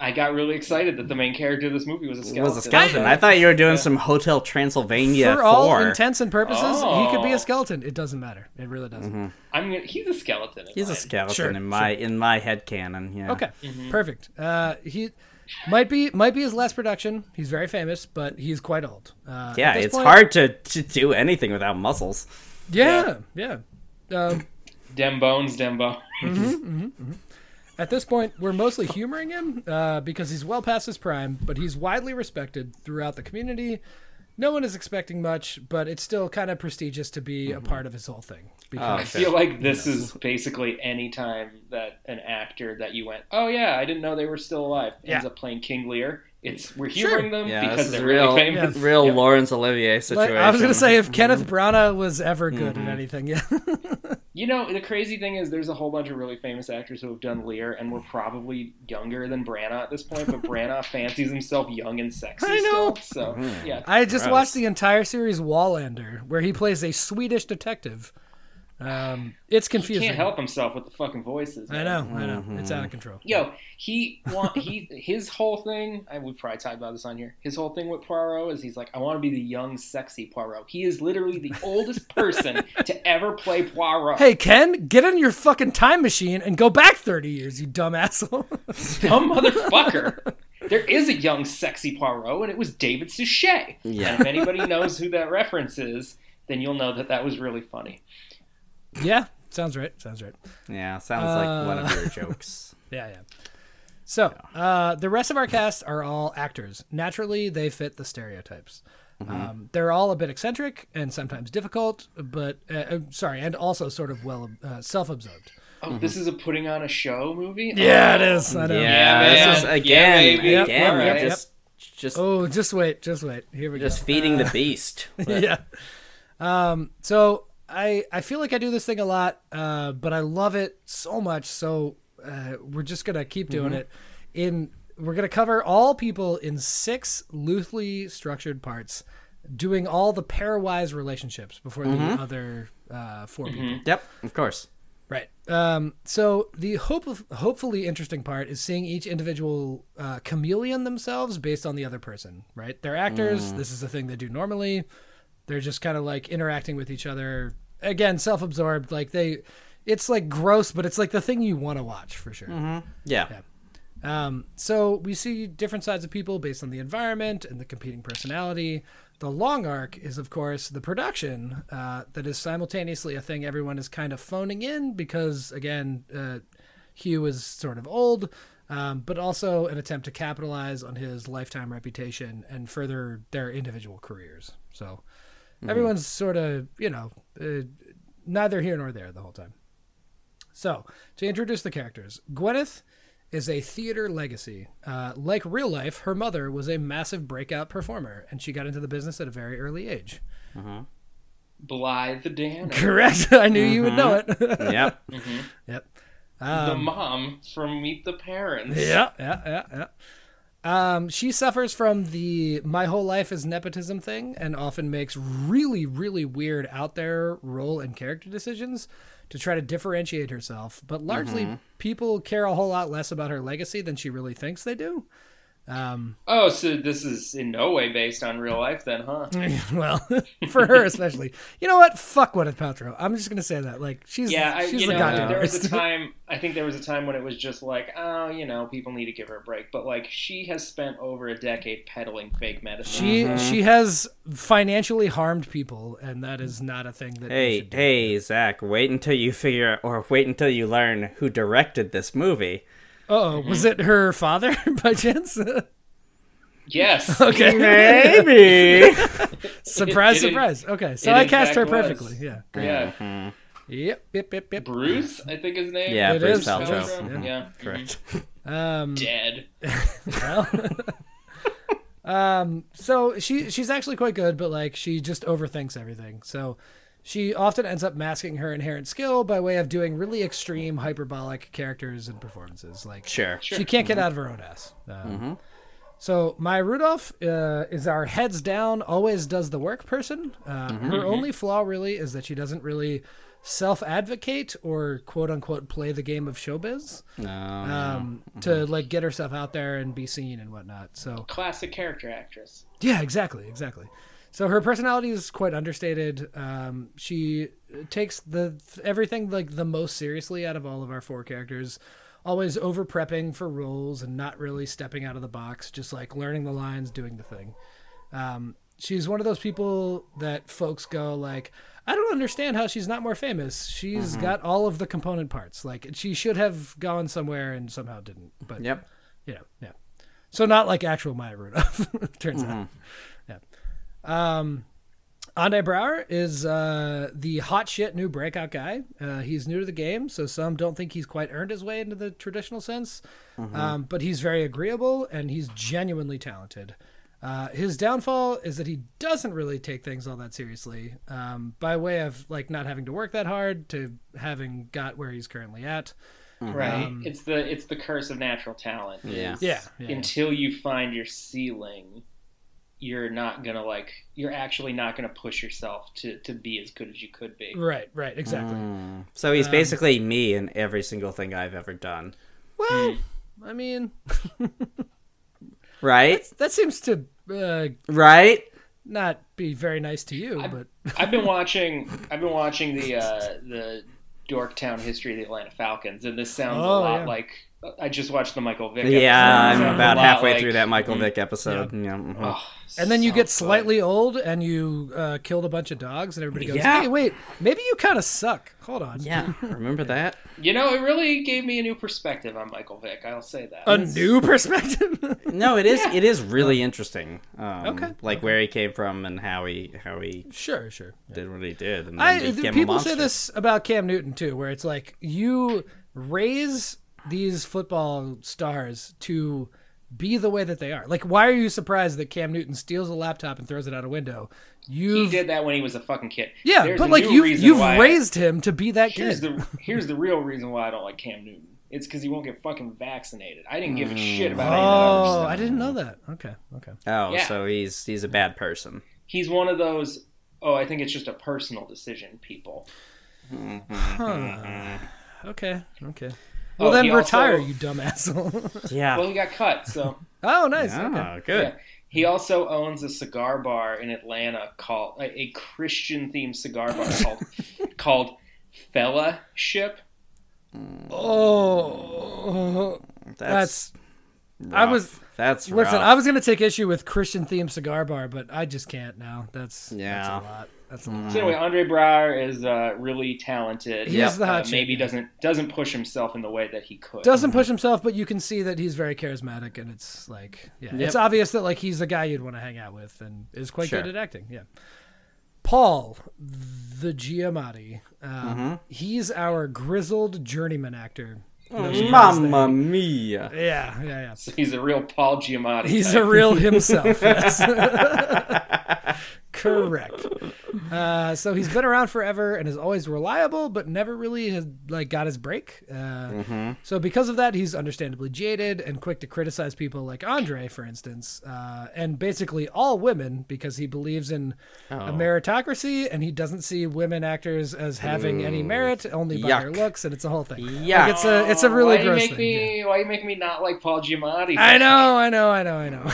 Speaker 3: I got really excited that the main character of this movie was a skeleton.
Speaker 5: was a skeleton. I thought you were doing some Hotel Transylvania
Speaker 4: for all
Speaker 5: 4.
Speaker 4: intents and purposes, he could be
Speaker 3: Oh.
Speaker 4: a skeleton. It doesn't matter. It really doesn't.
Speaker 3: I'm gonna, he's a skeleton. in
Speaker 5: He's a
Speaker 3: mine.
Speaker 5: skeleton
Speaker 4: Sure,
Speaker 5: in my in my head canon. Yeah. Mm-hmm.
Speaker 4: Okay, perfect. Uh, he might be might be his last production. He's very famous, but he's quite old. Uh,
Speaker 5: Yeah,
Speaker 4: at this
Speaker 5: it's
Speaker 4: point-
Speaker 5: hard to, to do anything without muscles.
Speaker 4: Yeah, yeah. Um,
Speaker 3: Dem bones, dem bones.
Speaker 4: at this point, we're mostly humoring him uh, because he's well past his prime, but he's widely respected throughout the community. No one is expecting much, but it's still kind of prestigious to be
Speaker 5: Mm-hmm.
Speaker 4: a part of his whole
Speaker 5: Oh,
Speaker 4: thing. Because
Speaker 3: I feel like this is basically any time that an actor that you went, oh yeah, I didn't know they were still alive, ends
Speaker 4: Yeah.
Speaker 3: up playing King Lear. It's we're
Speaker 4: Sure.
Speaker 3: humoring them
Speaker 5: Yeah,
Speaker 3: because
Speaker 5: this is
Speaker 3: they're
Speaker 5: real,
Speaker 3: really famous.
Speaker 4: Yeah.
Speaker 5: real Laurence Olivier
Speaker 4: like,
Speaker 5: situation. Mm-hmm.
Speaker 4: I was gonna say if Kenneth Branagh was ever good at anything, yeah.
Speaker 3: You know, the crazy thing is there's a whole bunch of really famous actors who have done Lear and were probably younger than Branagh at this point, but Branagh fancies himself young and sexy
Speaker 4: I know.
Speaker 3: still. So
Speaker 5: Mm-hmm.
Speaker 3: yeah.
Speaker 4: I just
Speaker 5: Gross.
Speaker 4: watched the entire series Wallander, where he plays a Swedish detective. Um, it's
Speaker 3: He
Speaker 4: confusing.
Speaker 3: can't help himself with the fucking voices.
Speaker 4: I
Speaker 3: man.
Speaker 4: know, I know, it's out of control.
Speaker 3: Yo, he want he his whole thing. I would probably talk about this on here. His whole thing with Poirot is he's like, I want to be the young, sexy Poirot. He is literally the oldest person to ever play Poirot.
Speaker 4: Hey Ken, get in your fucking time machine and go back thirty years, you dumb asshole.
Speaker 3: dumb motherfucker. There is a young, sexy Poirot, and it was David Suchet.
Speaker 5: Yeah.
Speaker 3: And if anybody knows who that reference is, then you'll know that that was really funny.
Speaker 4: yeah, sounds right. Sounds right.
Speaker 5: Yeah, sounds like one of
Speaker 4: uh,
Speaker 5: your jokes.
Speaker 4: Yeah, yeah. So uh, the rest of our cast are all actors. Naturally, they fit the stereotypes. Um, they're all a bit eccentric and sometimes difficult, but uh, uh, sorry, and also sort of well uh, self-absorbed.
Speaker 3: Oh, this is a putting on a show movie.
Speaker 4: Mm-hmm.
Speaker 3: Oh,
Speaker 4: Yeah, it is. I know.
Speaker 5: Yeah,
Speaker 3: man.
Speaker 5: this is
Speaker 3: Yeah,
Speaker 5: again,
Speaker 3: baby. Yep,
Speaker 5: again,
Speaker 3: yep,
Speaker 5: we're
Speaker 3: yep.
Speaker 5: just just
Speaker 4: Oh, uh, just wait, just wait. Here we
Speaker 5: just
Speaker 4: go.
Speaker 5: feeding the beast.
Speaker 4: yeah. Um, so I I feel like I do this thing a lot, uh, but I love it so much. So uh, we're just gonna keep doing it. In we're gonna cover all people in six loosely structured parts, doing all the pairwise relationships before the other uh, 4 people.
Speaker 5: Yep, of course.
Speaker 4: Right. Um, so the hope of, hopefully interesting part is seeing each individual uh, chameleon themselves based on the other person. Right. They're actors. This is the thing they do normally. They're just kind of like interacting with each other. Again, self-absorbed. Like they, it's like gross, but it's like the thing you want to watch for sure.
Speaker 5: Yeah.
Speaker 4: Um, so we see different sides of people based on the environment and the competing personality. The long arc is, of course, the production uh, that is simultaneously a thing everyone is kind of phoning in because, again, uh, Hugh is sort of old, um, but also an attempt to capitalize on his lifetime reputation and further their individual careers. So everyone's sort of, you know, uh, neither here nor there the whole time. So, to introduce the characters, Gwyneth is a theater legacy. Uh, like real life, her mother was a massive breakout performer, and she got into the business at a very early age.
Speaker 3: Blythe Dan,
Speaker 4: Correct. I knew you would know it.
Speaker 5: Yep.
Speaker 4: yep.
Speaker 3: the mom from Meet the Parents.
Speaker 4: Um, Yeah, yeah, yeah, yeah. Um, she suffers from the my whole life is nepotism thing and often makes really, really weird out there role and character decisions to try to differentiate herself. But largely, people care a whole lot less about her legacy than she really thinks they do.
Speaker 3: Oh, so this is in no way based on real life, then, huh?
Speaker 4: Mm-hmm. well, for her especially. You know what? Fuck Gwyneth Paltrow. I'm just gonna say that. Like she's
Speaker 3: Yeah, I,
Speaker 4: she's
Speaker 3: you
Speaker 4: the
Speaker 3: know,
Speaker 4: goddamn
Speaker 3: there was a
Speaker 4: worst.
Speaker 3: time. I think there was a time when it was just like, oh, you know, people need to give her a break. But like, she has spent over a decade peddling fake medicine.
Speaker 4: She
Speaker 5: Mm-hmm.
Speaker 4: she has financially harmed people, and that is not a thing that. you
Speaker 5: Hey,
Speaker 4: should do.
Speaker 5: hey, Zach, wait until you figure or wait until you learn who directed this movie.
Speaker 4: Oh, was it her father by chance?
Speaker 3: Yes.
Speaker 4: okay.
Speaker 5: Maybe.
Speaker 4: surprise,
Speaker 3: It- it-
Speaker 4: surprise. Okay, so
Speaker 3: it
Speaker 4: I
Speaker 3: in
Speaker 4: cast her
Speaker 3: fact was.
Speaker 4: perfectly. Yeah.
Speaker 3: yeah.
Speaker 5: Mm-hmm.
Speaker 4: Yep. Yep. Yep. Yep.
Speaker 3: Bruce, I think his name.
Speaker 5: yeah,
Speaker 4: It
Speaker 5: Bruce
Speaker 4: is.
Speaker 5: Paltrow.
Speaker 4: Paltrow.
Speaker 3: Yeah.
Speaker 5: Correct.
Speaker 4: Um.
Speaker 3: Dead.
Speaker 4: So she she's actually quite good, but like she just overthinks everything. So she often ends up masking her inherent skill by way of doing really extreme hyperbolic characters and performances. Like
Speaker 5: Sure.
Speaker 4: she can't get out of her own ass. Um, So my Rudolph uh, is our heads down, always does the work person. Uh, Her only flaw really is that she doesn't really self-advocate or quote unquote play the game of showbiz
Speaker 5: No.
Speaker 4: um, to like get herself out there and be seen and whatnot. So
Speaker 3: Classic character actress.
Speaker 4: yeah, exactly, exactly. So her personality is quite understated. Um, she takes the everything like the most seriously out of all of our four characters. Always over prepping for roles and not really stepping out of the box, just like learning the lines, doing the thing. Um, she's one of those people that folks go like, I don't understand how she's not more famous. She's got all of the component parts. Like she should have gone somewhere and somehow didn't. But
Speaker 5: yep.
Speaker 4: yeah, yeah. So not like actual Maya Rudolph, turns out. Yeah. Um, Andre Brower is uh, the hot shit new breakout guy. Uh, he's new to the game, so some don't think he's quite earned his way into the traditional sense. Um, but he's very agreeable and he's genuinely talented. Uh, his downfall is that he doesn't really take things all that seriously, um, by way of like not having to work that hard to having got where he's currently at.
Speaker 3: Right. it's the it's the curse of natural talent. is
Speaker 5: Yeah.
Speaker 4: Um, Yeah, yeah, yeah.
Speaker 3: Until you find your ceiling, you're not gonna like. You're actually not gonna push yourself to to be as good as you could be.
Speaker 4: Right, right, exactly.
Speaker 5: So he's basically me in every single thing I've ever done.
Speaker 4: Well, I mean,
Speaker 5: Right?
Speaker 4: that seems to uh,
Speaker 5: Right?
Speaker 4: not be very nice to you, but
Speaker 3: I've been watching. I've been watching the uh, the Dorktown history of the Atlanta Falcons, and this sounds a
Speaker 4: Oh,
Speaker 3: lot
Speaker 4: yeah.
Speaker 3: like. I just watched the Michael Vick.
Speaker 5: Yeah,
Speaker 3: episode.
Speaker 5: I'm
Speaker 3: Sounds
Speaker 5: about
Speaker 3: a lot
Speaker 5: halfway
Speaker 3: like-
Speaker 5: through that Michael Vick episode. Yeah. mhm.
Speaker 3: Oh,
Speaker 4: and then you
Speaker 3: so
Speaker 4: get
Speaker 3: good.
Speaker 4: slightly old and you uh, killed a bunch of dogs, and everybody goes,
Speaker 5: Yeah.
Speaker 4: "Hey, wait, maybe you kind of suck." Hold on,
Speaker 5: yeah. Remember that?
Speaker 3: You know, it really gave me a new perspective on Michael Vick. I'll say that.
Speaker 4: a new perspective.
Speaker 5: No, it is. It is really interesting. Um,
Speaker 4: Okay.
Speaker 5: Like where he came from and how he how he
Speaker 4: sure, sure.
Speaker 5: did what he did. And then
Speaker 4: I
Speaker 5: became a
Speaker 4: people say
Speaker 5: monster.
Speaker 4: this about Cam Newton too, where it's like you raise these football stars to be the way that they are. Like, why are you surprised that Cam Newton steals a laptop and throws it out a window? You
Speaker 3: he did that when he was a fucking kid.
Speaker 4: Yeah,
Speaker 3: There's
Speaker 4: but
Speaker 3: a
Speaker 4: like
Speaker 3: new
Speaker 4: you,
Speaker 3: reason
Speaker 4: you've
Speaker 3: why I-
Speaker 4: raised him to be that
Speaker 3: Here's
Speaker 4: kid.
Speaker 3: the here's the real reason why I don't like Cam Newton. It's because he won't get fucking vaccinated. I didn't give a shit about any of that other
Speaker 4: oh,
Speaker 3: stuff.
Speaker 4: I didn't know that. Okay, okay.
Speaker 5: Oh,
Speaker 3: Yeah.
Speaker 5: so he's he's a bad person.
Speaker 3: He's one of those. Oh, I think it's just a personal decision, people.
Speaker 4: Okay, okay.
Speaker 3: Well,
Speaker 4: Well, then
Speaker 3: Mm-hmm. Oh, he also-
Speaker 4: retire, you dumb asshole.
Speaker 5: Yeah.
Speaker 3: Well, he got cut, so
Speaker 4: oh, nice. Okay.
Speaker 5: oh, good.
Speaker 3: yeah. He also owns a cigar bar in Atlanta called a, a Christian themed cigar bar called called Fellowship.
Speaker 4: Oh,
Speaker 5: That's,
Speaker 4: that's I was
Speaker 5: That's
Speaker 4: listen.
Speaker 5: Oh. rough.
Speaker 4: I was gonna take issue with Christian themed cigar bar, but I just can't now. That's that's a
Speaker 5: Yeah.
Speaker 4: lot. That's a lot.
Speaker 3: So anyway, Andre Brauer is uh, really talented.
Speaker 4: He is the hot
Speaker 3: uh, maybe
Speaker 4: chick.
Speaker 3: doesn't doesn't push himself in the way that he could.
Speaker 4: Doesn't push himself, but you can see that he's very charismatic, and it's like, yeah, it's obvious that like he's the guy you'd want to hang out with, and is quite
Speaker 5: Sure.
Speaker 4: good at acting. Yeah, Paul, the Giamatti, um, he's our grizzled journeyman actor.
Speaker 5: Mamma mia!
Speaker 4: Yeah, yeah, yeah.
Speaker 3: So he's a real Paul Giamatti.
Speaker 4: He's
Speaker 3: type.
Speaker 4: a real himself. yes. Correct. Uh, so he's been around forever and is always reliable, but never really has like got his break. Uh, So because of that, he's understandably jaded and quick to criticize people like Andre, for instance, uh, and basically all women because he believes in a meritocracy and he doesn't see women actors as having any merit, only by their
Speaker 5: Yuck.
Speaker 4: looks, and it's a whole thing.
Speaker 5: Yuck.
Speaker 4: Like, it's a it's a really
Speaker 3: why you
Speaker 4: gross
Speaker 3: make
Speaker 4: thing. yeah.
Speaker 3: me why you make me not like Paul Giamatti?
Speaker 4: I know, I know, I know, I know.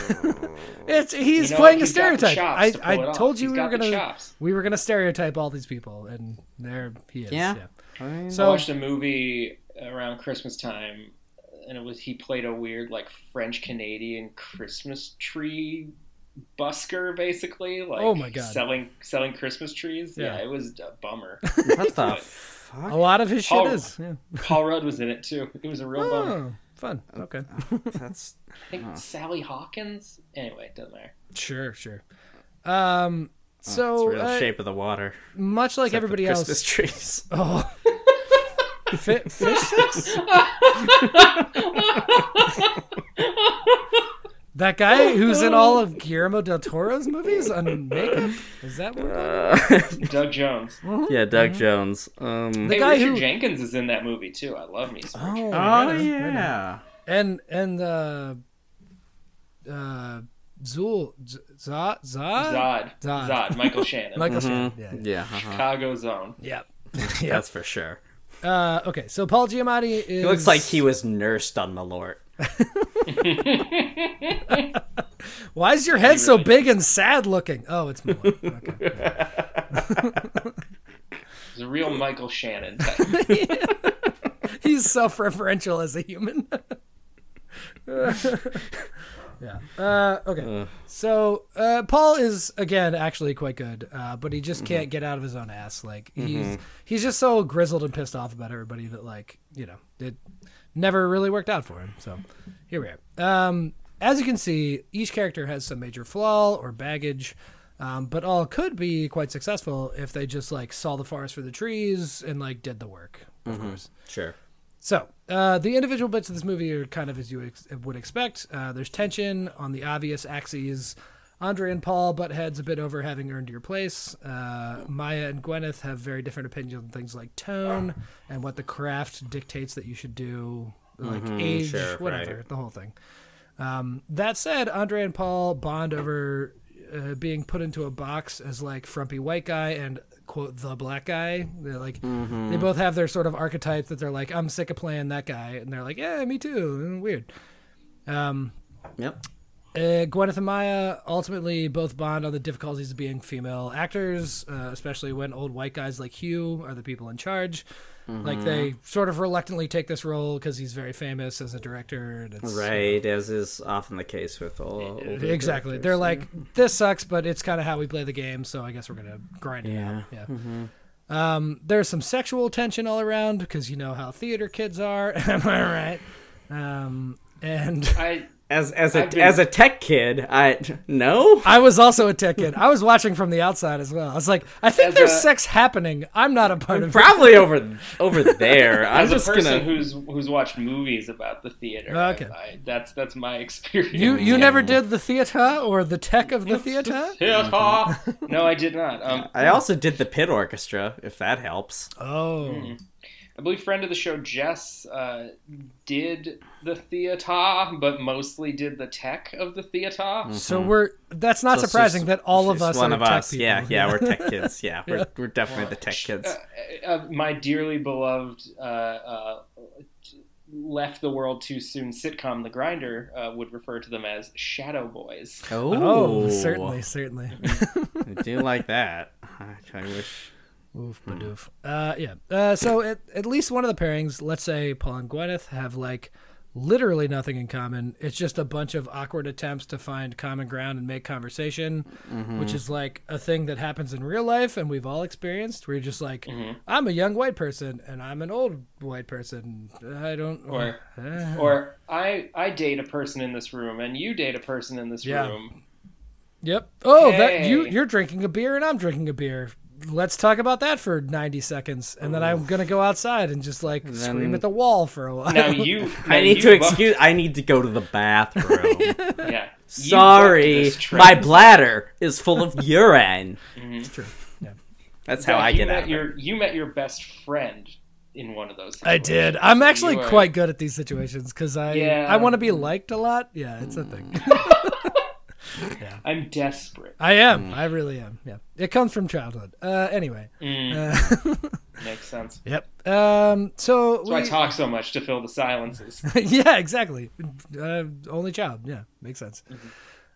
Speaker 4: it's he's
Speaker 3: You know
Speaker 4: playing
Speaker 3: what? He's
Speaker 4: a
Speaker 3: got the
Speaker 4: stereotype.
Speaker 3: chops
Speaker 4: I,
Speaker 3: to pull it
Speaker 4: I
Speaker 3: off.
Speaker 4: told you
Speaker 3: He's
Speaker 4: we were
Speaker 3: got the
Speaker 4: gonna
Speaker 3: chops.
Speaker 4: we were gonna stereotype all these people, and there he is.
Speaker 5: Yeah.
Speaker 4: Yeah.
Speaker 3: I
Speaker 4: So
Speaker 3: watched a movie around Christmas time, and it was he played a weird like French Canadian Christmas tree busker, basically. Like
Speaker 4: Oh, my God.
Speaker 3: selling selling Christmas trees. Yeah,
Speaker 4: Yeah.
Speaker 3: it was a bummer.
Speaker 5: What the fuck?
Speaker 4: a lot of his shit
Speaker 3: Paul-
Speaker 4: is yeah.
Speaker 3: Paul Rudd was in it too. It was a real bummer.
Speaker 4: oh, fun. Okay,
Speaker 5: That's
Speaker 3: I think Sally Hawkins. Anyway, it doesn't matter.
Speaker 4: sure, sure. Um, so
Speaker 5: Oh, real
Speaker 4: uh,
Speaker 5: shape of the water.
Speaker 4: much like
Speaker 5: Except the
Speaker 4: everybody
Speaker 5: Christmas
Speaker 4: else,
Speaker 5: trees.
Speaker 4: oh. Fi- fish sticks. that guy who's in all of Guillermo del Toro's movies on makeup is that what?
Speaker 3: Doug Jones. The
Speaker 5: yeah, Doug
Speaker 4: Mm-hmm.
Speaker 5: Jones. Um,
Speaker 4: The
Speaker 3: hey,
Speaker 4: guy
Speaker 3: Richard
Speaker 4: who-
Speaker 3: Jenkins is in that movie too. I love me. Some Richard.
Speaker 5: oh yeah.
Speaker 4: and and uh uh Zool Z- Za Za
Speaker 3: Zod.
Speaker 4: Zod.
Speaker 3: Zod. Michael Shannon.
Speaker 4: Michael Shannon. Yeah.
Speaker 5: Yeah, uh-huh.
Speaker 3: Chicago Zone.
Speaker 4: Yeah.
Speaker 5: that's for sure.
Speaker 4: Uh, okay, so Paul Giamatti is.
Speaker 5: It looks like he was nursed on Malort.
Speaker 4: Why is your head so big and sad looking? Oh, it's more. Okay.
Speaker 3: He's a real Michael Shannon type.
Speaker 4: He's self-referential as a human. yeah. Uh, okay. So uh, Paul is again actually quite good, uh, but he just can't get out of his own ass. Like he's he's just so grizzled and pissed off about everybody that like you know it never really worked out for him. So here we are. Um, as you can see, each character has some major flaw or baggage. Um, but all could be quite successful if they just like saw the forest for the trees and like did the work, of course.
Speaker 5: Sure.
Speaker 4: So, uh, the individual bits of this movie are kind of as you ex- would expect. Uh, there's tension on the obvious axes. Andre and Paul butt heads a bit over having earned your place. Uh, Maya and Gwyneth have very different opinions on things like tone
Speaker 5: Ah.
Speaker 4: and what the craft dictates that you should do, like age,
Speaker 5: Mm-hmm, sure,
Speaker 4: whatever,
Speaker 5: right.
Speaker 4: the whole thing. Um, that said, Andre and Paul bond over uh, being put into a box as like frumpy white guy and quote the black guy. They're like they both have their sort of archetype that they're like I'm sick of playing that guy, and they're like yeah me too. And Weird.
Speaker 5: Yep.
Speaker 4: Uh, Gwyneth and Maya ultimately both bond on the difficulties of being female actors, uh, especially when old white guys like Hugh are the people in charge. Like they sort of reluctantly take this role because he's very famous as a director. And it's,
Speaker 5: Right, as is often the case with all older
Speaker 4: Exactly.
Speaker 5: directors.
Speaker 4: They're like, this sucks, but it's kind of how we play the game, so I guess we're gonna grind it
Speaker 5: Yeah. Mm-hmm.
Speaker 4: out. Yeah. Um, there's some sexual tension all around because you know how theater kids are. Am I right? Um, and
Speaker 3: I
Speaker 5: as as a
Speaker 3: I've been-
Speaker 5: as a tech kid, I no.
Speaker 4: I was also a tech kid. I was watching from the outside as well. I was like, I think
Speaker 3: As
Speaker 4: there's
Speaker 3: a-
Speaker 4: sex happening. I'm not a part of it.
Speaker 5: Probably over over there. I'm
Speaker 3: as a
Speaker 5: just
Speaker 3: person
Speaker 5: gonna.
Speaker 3: who's who's watched movies about the theater.
Speaker 4: Oh, Okay.
Speaker 3: I, I- that's that's my experience.
Speaker 4: You you never did the theater or the tech of the theater?
Speaker 3: Yeah, ha. no, I did not. Um,
Speaker 5: I also did the pit orchestra, if that helps.
Speaker 4: Oh,
Speaker 5: Mm-hmm.
Speaker 3: I believe friend of the show Jess uh, did the theater, but mostly did the tech of the theater.
Speaker 4: so we're that's not
Speaker 5: So it's
Speaker 4: surprising
Speaker 5: just-
Speaker 4: that all of
Speaker 5: it's
Speaker 4: us
Speaker 5: one
Speaker 4: are
Speaker 5: of
Speaker 4: tech
Speaker 5: us.
Speaker 4: people.
Speaker 5: Yeah, yeah, we're tech kids. Yeah, we're we're definitely the tech kids.
Speaker 3: Uh, my dearly beloved uh, uh, left the world too soon sitcom The Grinder uh, would refer to them as Shadow Boys.
Speaker 4: Oh, certainly, certainly.
Speaker 5: I do like that. I, I wish.
Speaker 4: Oof,
Speaker 3: Hmm.
Speaker 4: badoof. Uh, yeah. Uh, so at, at least one of the pairings, let's say Paul and Gwyneth, have like literally nothing in common. It's just a bunch of awkward attempts to find common ground and make conversation,
Speaker 3: Mm-hmm.
Speaker 4: which is like a thing that happens in real life and we've all experienced. Where you're just like,
Speaker 3: Mm-hmm.
Speaker 4: I'm a young white person and I'm an old white person. I don't.
Speaker 3: Or-
Speaker 4: Uh,
Speaker 3: Or I I date a person in this room and you date a person in this
Speaker 4: Yeah.
Speaker 3: room.
Speaker 4: yep. Oh, that you
Speaker 3: Yay.
Speaker 4: you're drinking a beer and I'm drinking a beer. Let's talk about that for 90 seconds, and then I'm gonna go outside and just like scream at the wall for a while.
Speaker 3: Now you now
Speaker 5: I need
Speaker 3: you
Speaker 5: to
Speaker 3: both-
Speaker 5: excuse. I need to go to the bathroom.
Speaker 3: Yeah. You booked
Speaker 5: Sorry,
Speaker 3: this trip.
Speaker 5: my bladder is full of urine.
Speaker 4: true. Yeah.
Speaker 5: Mm-hmm. That's
Speaker 3: Yeah,
Speaker 5: how I
Speaker 3: you
Speaker 5: get
Speaker 3: met
Speaker 5: out. of it.
Speaker 3: Your, you met your best friend in one of those.
Speaker 4: I
Speaker 3: situations.
Speaker 4: did. I'm
Speaker 3: So
Speaker 4: actually
Speaker 3: you are-
Speaker 4: quite good at these situations because I
Speaker 3: Yeah.
Speaker 4: I want to be liked a lot. Yeah, it's a thing.
Speaker 3: I'm desperate.
Speaker 4: I am. I really am. Yeah, it comes from childhood. Uh, anyway.
Speaker 3: Mm.
Speaker 4: Uh,
Speaker 3: Makes sense.
Speaker 4: yep. Um. So.
Speaker 3: That's why I talk so much to fill the silences.
Speaker 4: we- yeah. Exactly. Uh, only child. Yeah. Makes sense.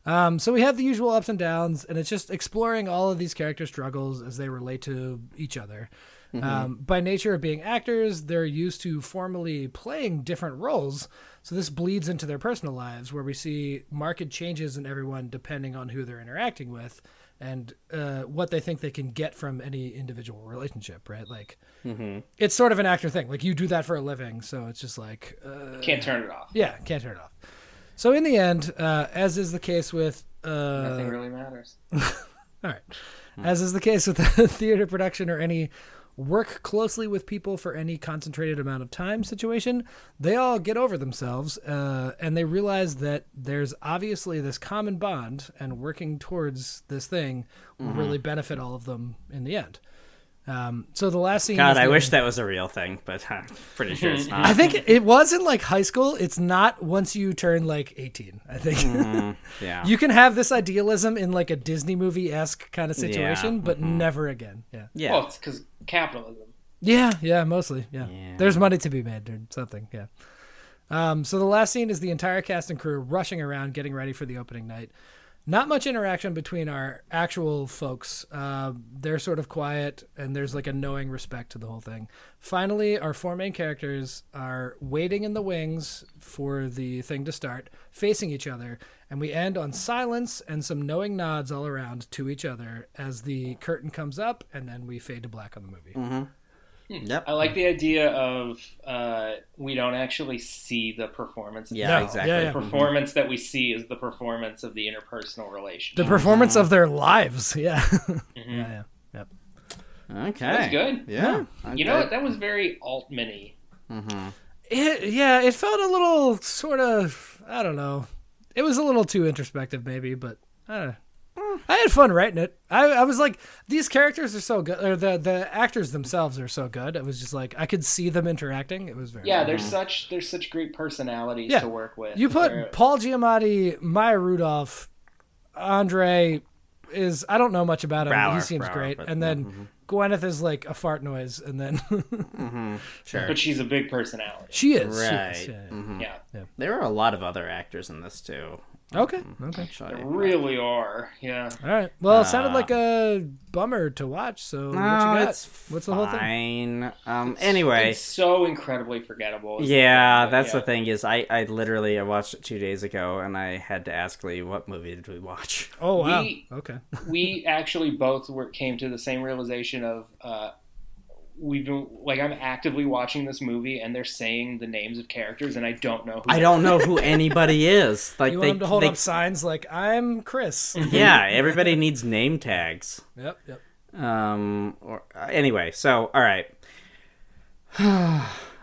Speaker 4: Um, so we have the usual ups and downs, and it's just exploring all of these character struggles as they relate to each other. Um, by nature of being actors, they're used to formally playing different roles, so this bleeds into their personal lives, where we see marked changes in everyone depending on who they're interacting with and uh, what they think they can get from any individual relationship. Right? Like, it's sort of an actor thing. Like you do that for a living, so it's just like
Speaker 3: Can't turn it off.
Speaker 4: yeah, can't turn it off. So in the end, uh, as is the case with uh,
Speaker 3: Nothing really matters.
Speaker 4: all right, as is the case with a theater production or any work closely with people for any concentrated amount of time situation, they all get over themselves uh, and they realize that there's obviously this common bond, and working towards this thing will
Speaker 3: Mm-hmm.
Speaker 4: really benefit all of them in the end. Um, so the last scene.
Speaker 5: God,
Speaker 4: is
Speaker 5: I
Speaker 4: the-
Speaker 5: wish that was a real thing, but I'm pretty sure it's not.
Speaker 4: I think it was in like high school. It's not once you turn like 18. I think
Speaker 5: Yeah.
Speaker 4: you can have this idealism in like a Disney movie esque kind of situation, but never again. Yeah.
Speaker 5: yeah.
Speaker 3: Well, it's because capitalism.
Speaker 4: Yeah. Yeah. Mostly. Yeah.
Speaker 5: Yeah.
Speaker 4: There's money to be made or something. Yeah. Um, so the last scene is the entire cast and crew rushing around, getting ready for the opening night. Not much interaction between our actual folks. Uh, they're sort of quiet, and there's like a knowing respect to the whole thing. Finally, our four main characters are waiting in the wings for the thing to start, facing each other, and we end on silence and some knowing nods all around to each other as the curtain comes up, and then we fade to black on the movie.
Speaker 5: Yep.
Speaker 3: I like the idea of uh, we don't actually see the performance.
Speaker 5: Yeah,
Speaker 4: No,
Speaker 5: exactly.
Speaker 4: yeah,
Speaker 3: The performance that we see is the performance of the interpersonal
Speaker 4: The
Speaker 3: relationship.
Speaker 4: performance of their lives. Yeah. yeah. Yeah. Yep.
Speaker 5: Okay.
Speaker 3: That's good.
Speaker 5: Yeah.
Speaker 3: You know what? That was very Altman-y.
Speaker 4: It, yeah, it felt a little sort of I don't know. It was a little too introspective, maybe, but I don't know. I had fun writing it. I, I was like, these characters are so good, or the the actors themselves are so good. It was just like I could see them interacting. It was very
Speaker 3: Yeah, there's such there's such great personalities
Speaker 4: Yeah.
Speaker 3: to work with.
Speaker 4: You put
Speaker 3: They're-
Speaker 4: Paul Giamatti, Maya Rudolph, Andre is I don't know much about him. but he
Speaker 5: Brower,
Speaker 4: seems
Speaker 5: Brower,
Speaker 4: great,
Speaker 5: but- mm-hmm.
Speaker 4: and then Gwyneth is like a fart noise, and then
Speaker 5: Sure.
Speaker 3: but she's a big personality.
Speaker 4: she is she is,
Speaker 5: Right.
Speaker 4: yeah, yeah.
Speaker 5: Mhm.
Speaker 3: Yeah,
Speaker 5: There were a lot of other actors in this too.
Speaker 4: Okay, okay.
Speaker 5: Actually.
Speaker 3: they really are. Yeah.
Speaker 4: All right. Well, it
Speaker 5: Uh,
Speaker 4: sounded like a bummer to watch. So what you
Speaker 5: No,
Speaker 4: got?
Speaker 5: it's
Speaker 4: What's the whole thing?
Speaker 5: fine. Um. Anyway.
Speaker 3: It's so incredibly forgettable.
Speaker 5: Yeah,
Speaker 3: But,
Speaker 5: that's
Speaker 3: yeah.
Speaker 5: the thing is I I literally I watched it two days ago and I had to ask Lee what movie did we watch.
Speaker 4: Oh wow.
Speaker 3: We-
Speaker 4: okay.
Speaker 3: We actually both were came to the same realization of uh, we've been like I'm actively watching this movie and they're saying the names of characters and I don't know. Who
Speaker 5: I don't know who anybody is. Like
Speaker 4: You
Speaker 5: they,
Speaker 4: want him to hold
Speaker 5: they
Speaker 4: up signs like "I'm Chris."
Speaker 5: yeah, everybody needs name tags.
Speaker 4: yep. Yep.
Speaker 5: Um. Or uh, anyway, so all right.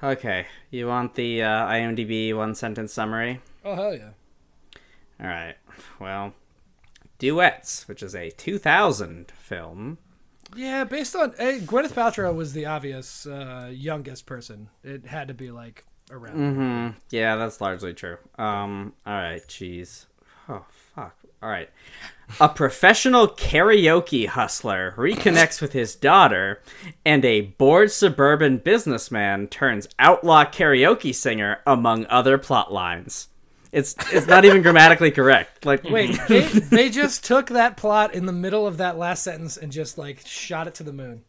Speaker 5: okay, you want the uh, IMDb one sentence summary?
Speaker 4: Oh hell yeah.
Speaker 5: All right. Well, Duets, which is a 2000 film.
Speaker 4: Yeah, based on eh, Gwyneth Paltrow was the obvious uh, youngest person. It had to be like around.
Speaker 5: Hmm. Yeah, that's largely true. Um. All right. Jeez. Oh fuck. All right. A professional karaoke hustler reconnects with his daughter, and a bored suburban businessman turns outlaw karaoke singer, among other plot lines. It's it's not even grammatically correct. Like
Speaker 4: Wait, they, they just took that plot in the middle of that last sentence and just like shot it to the moon.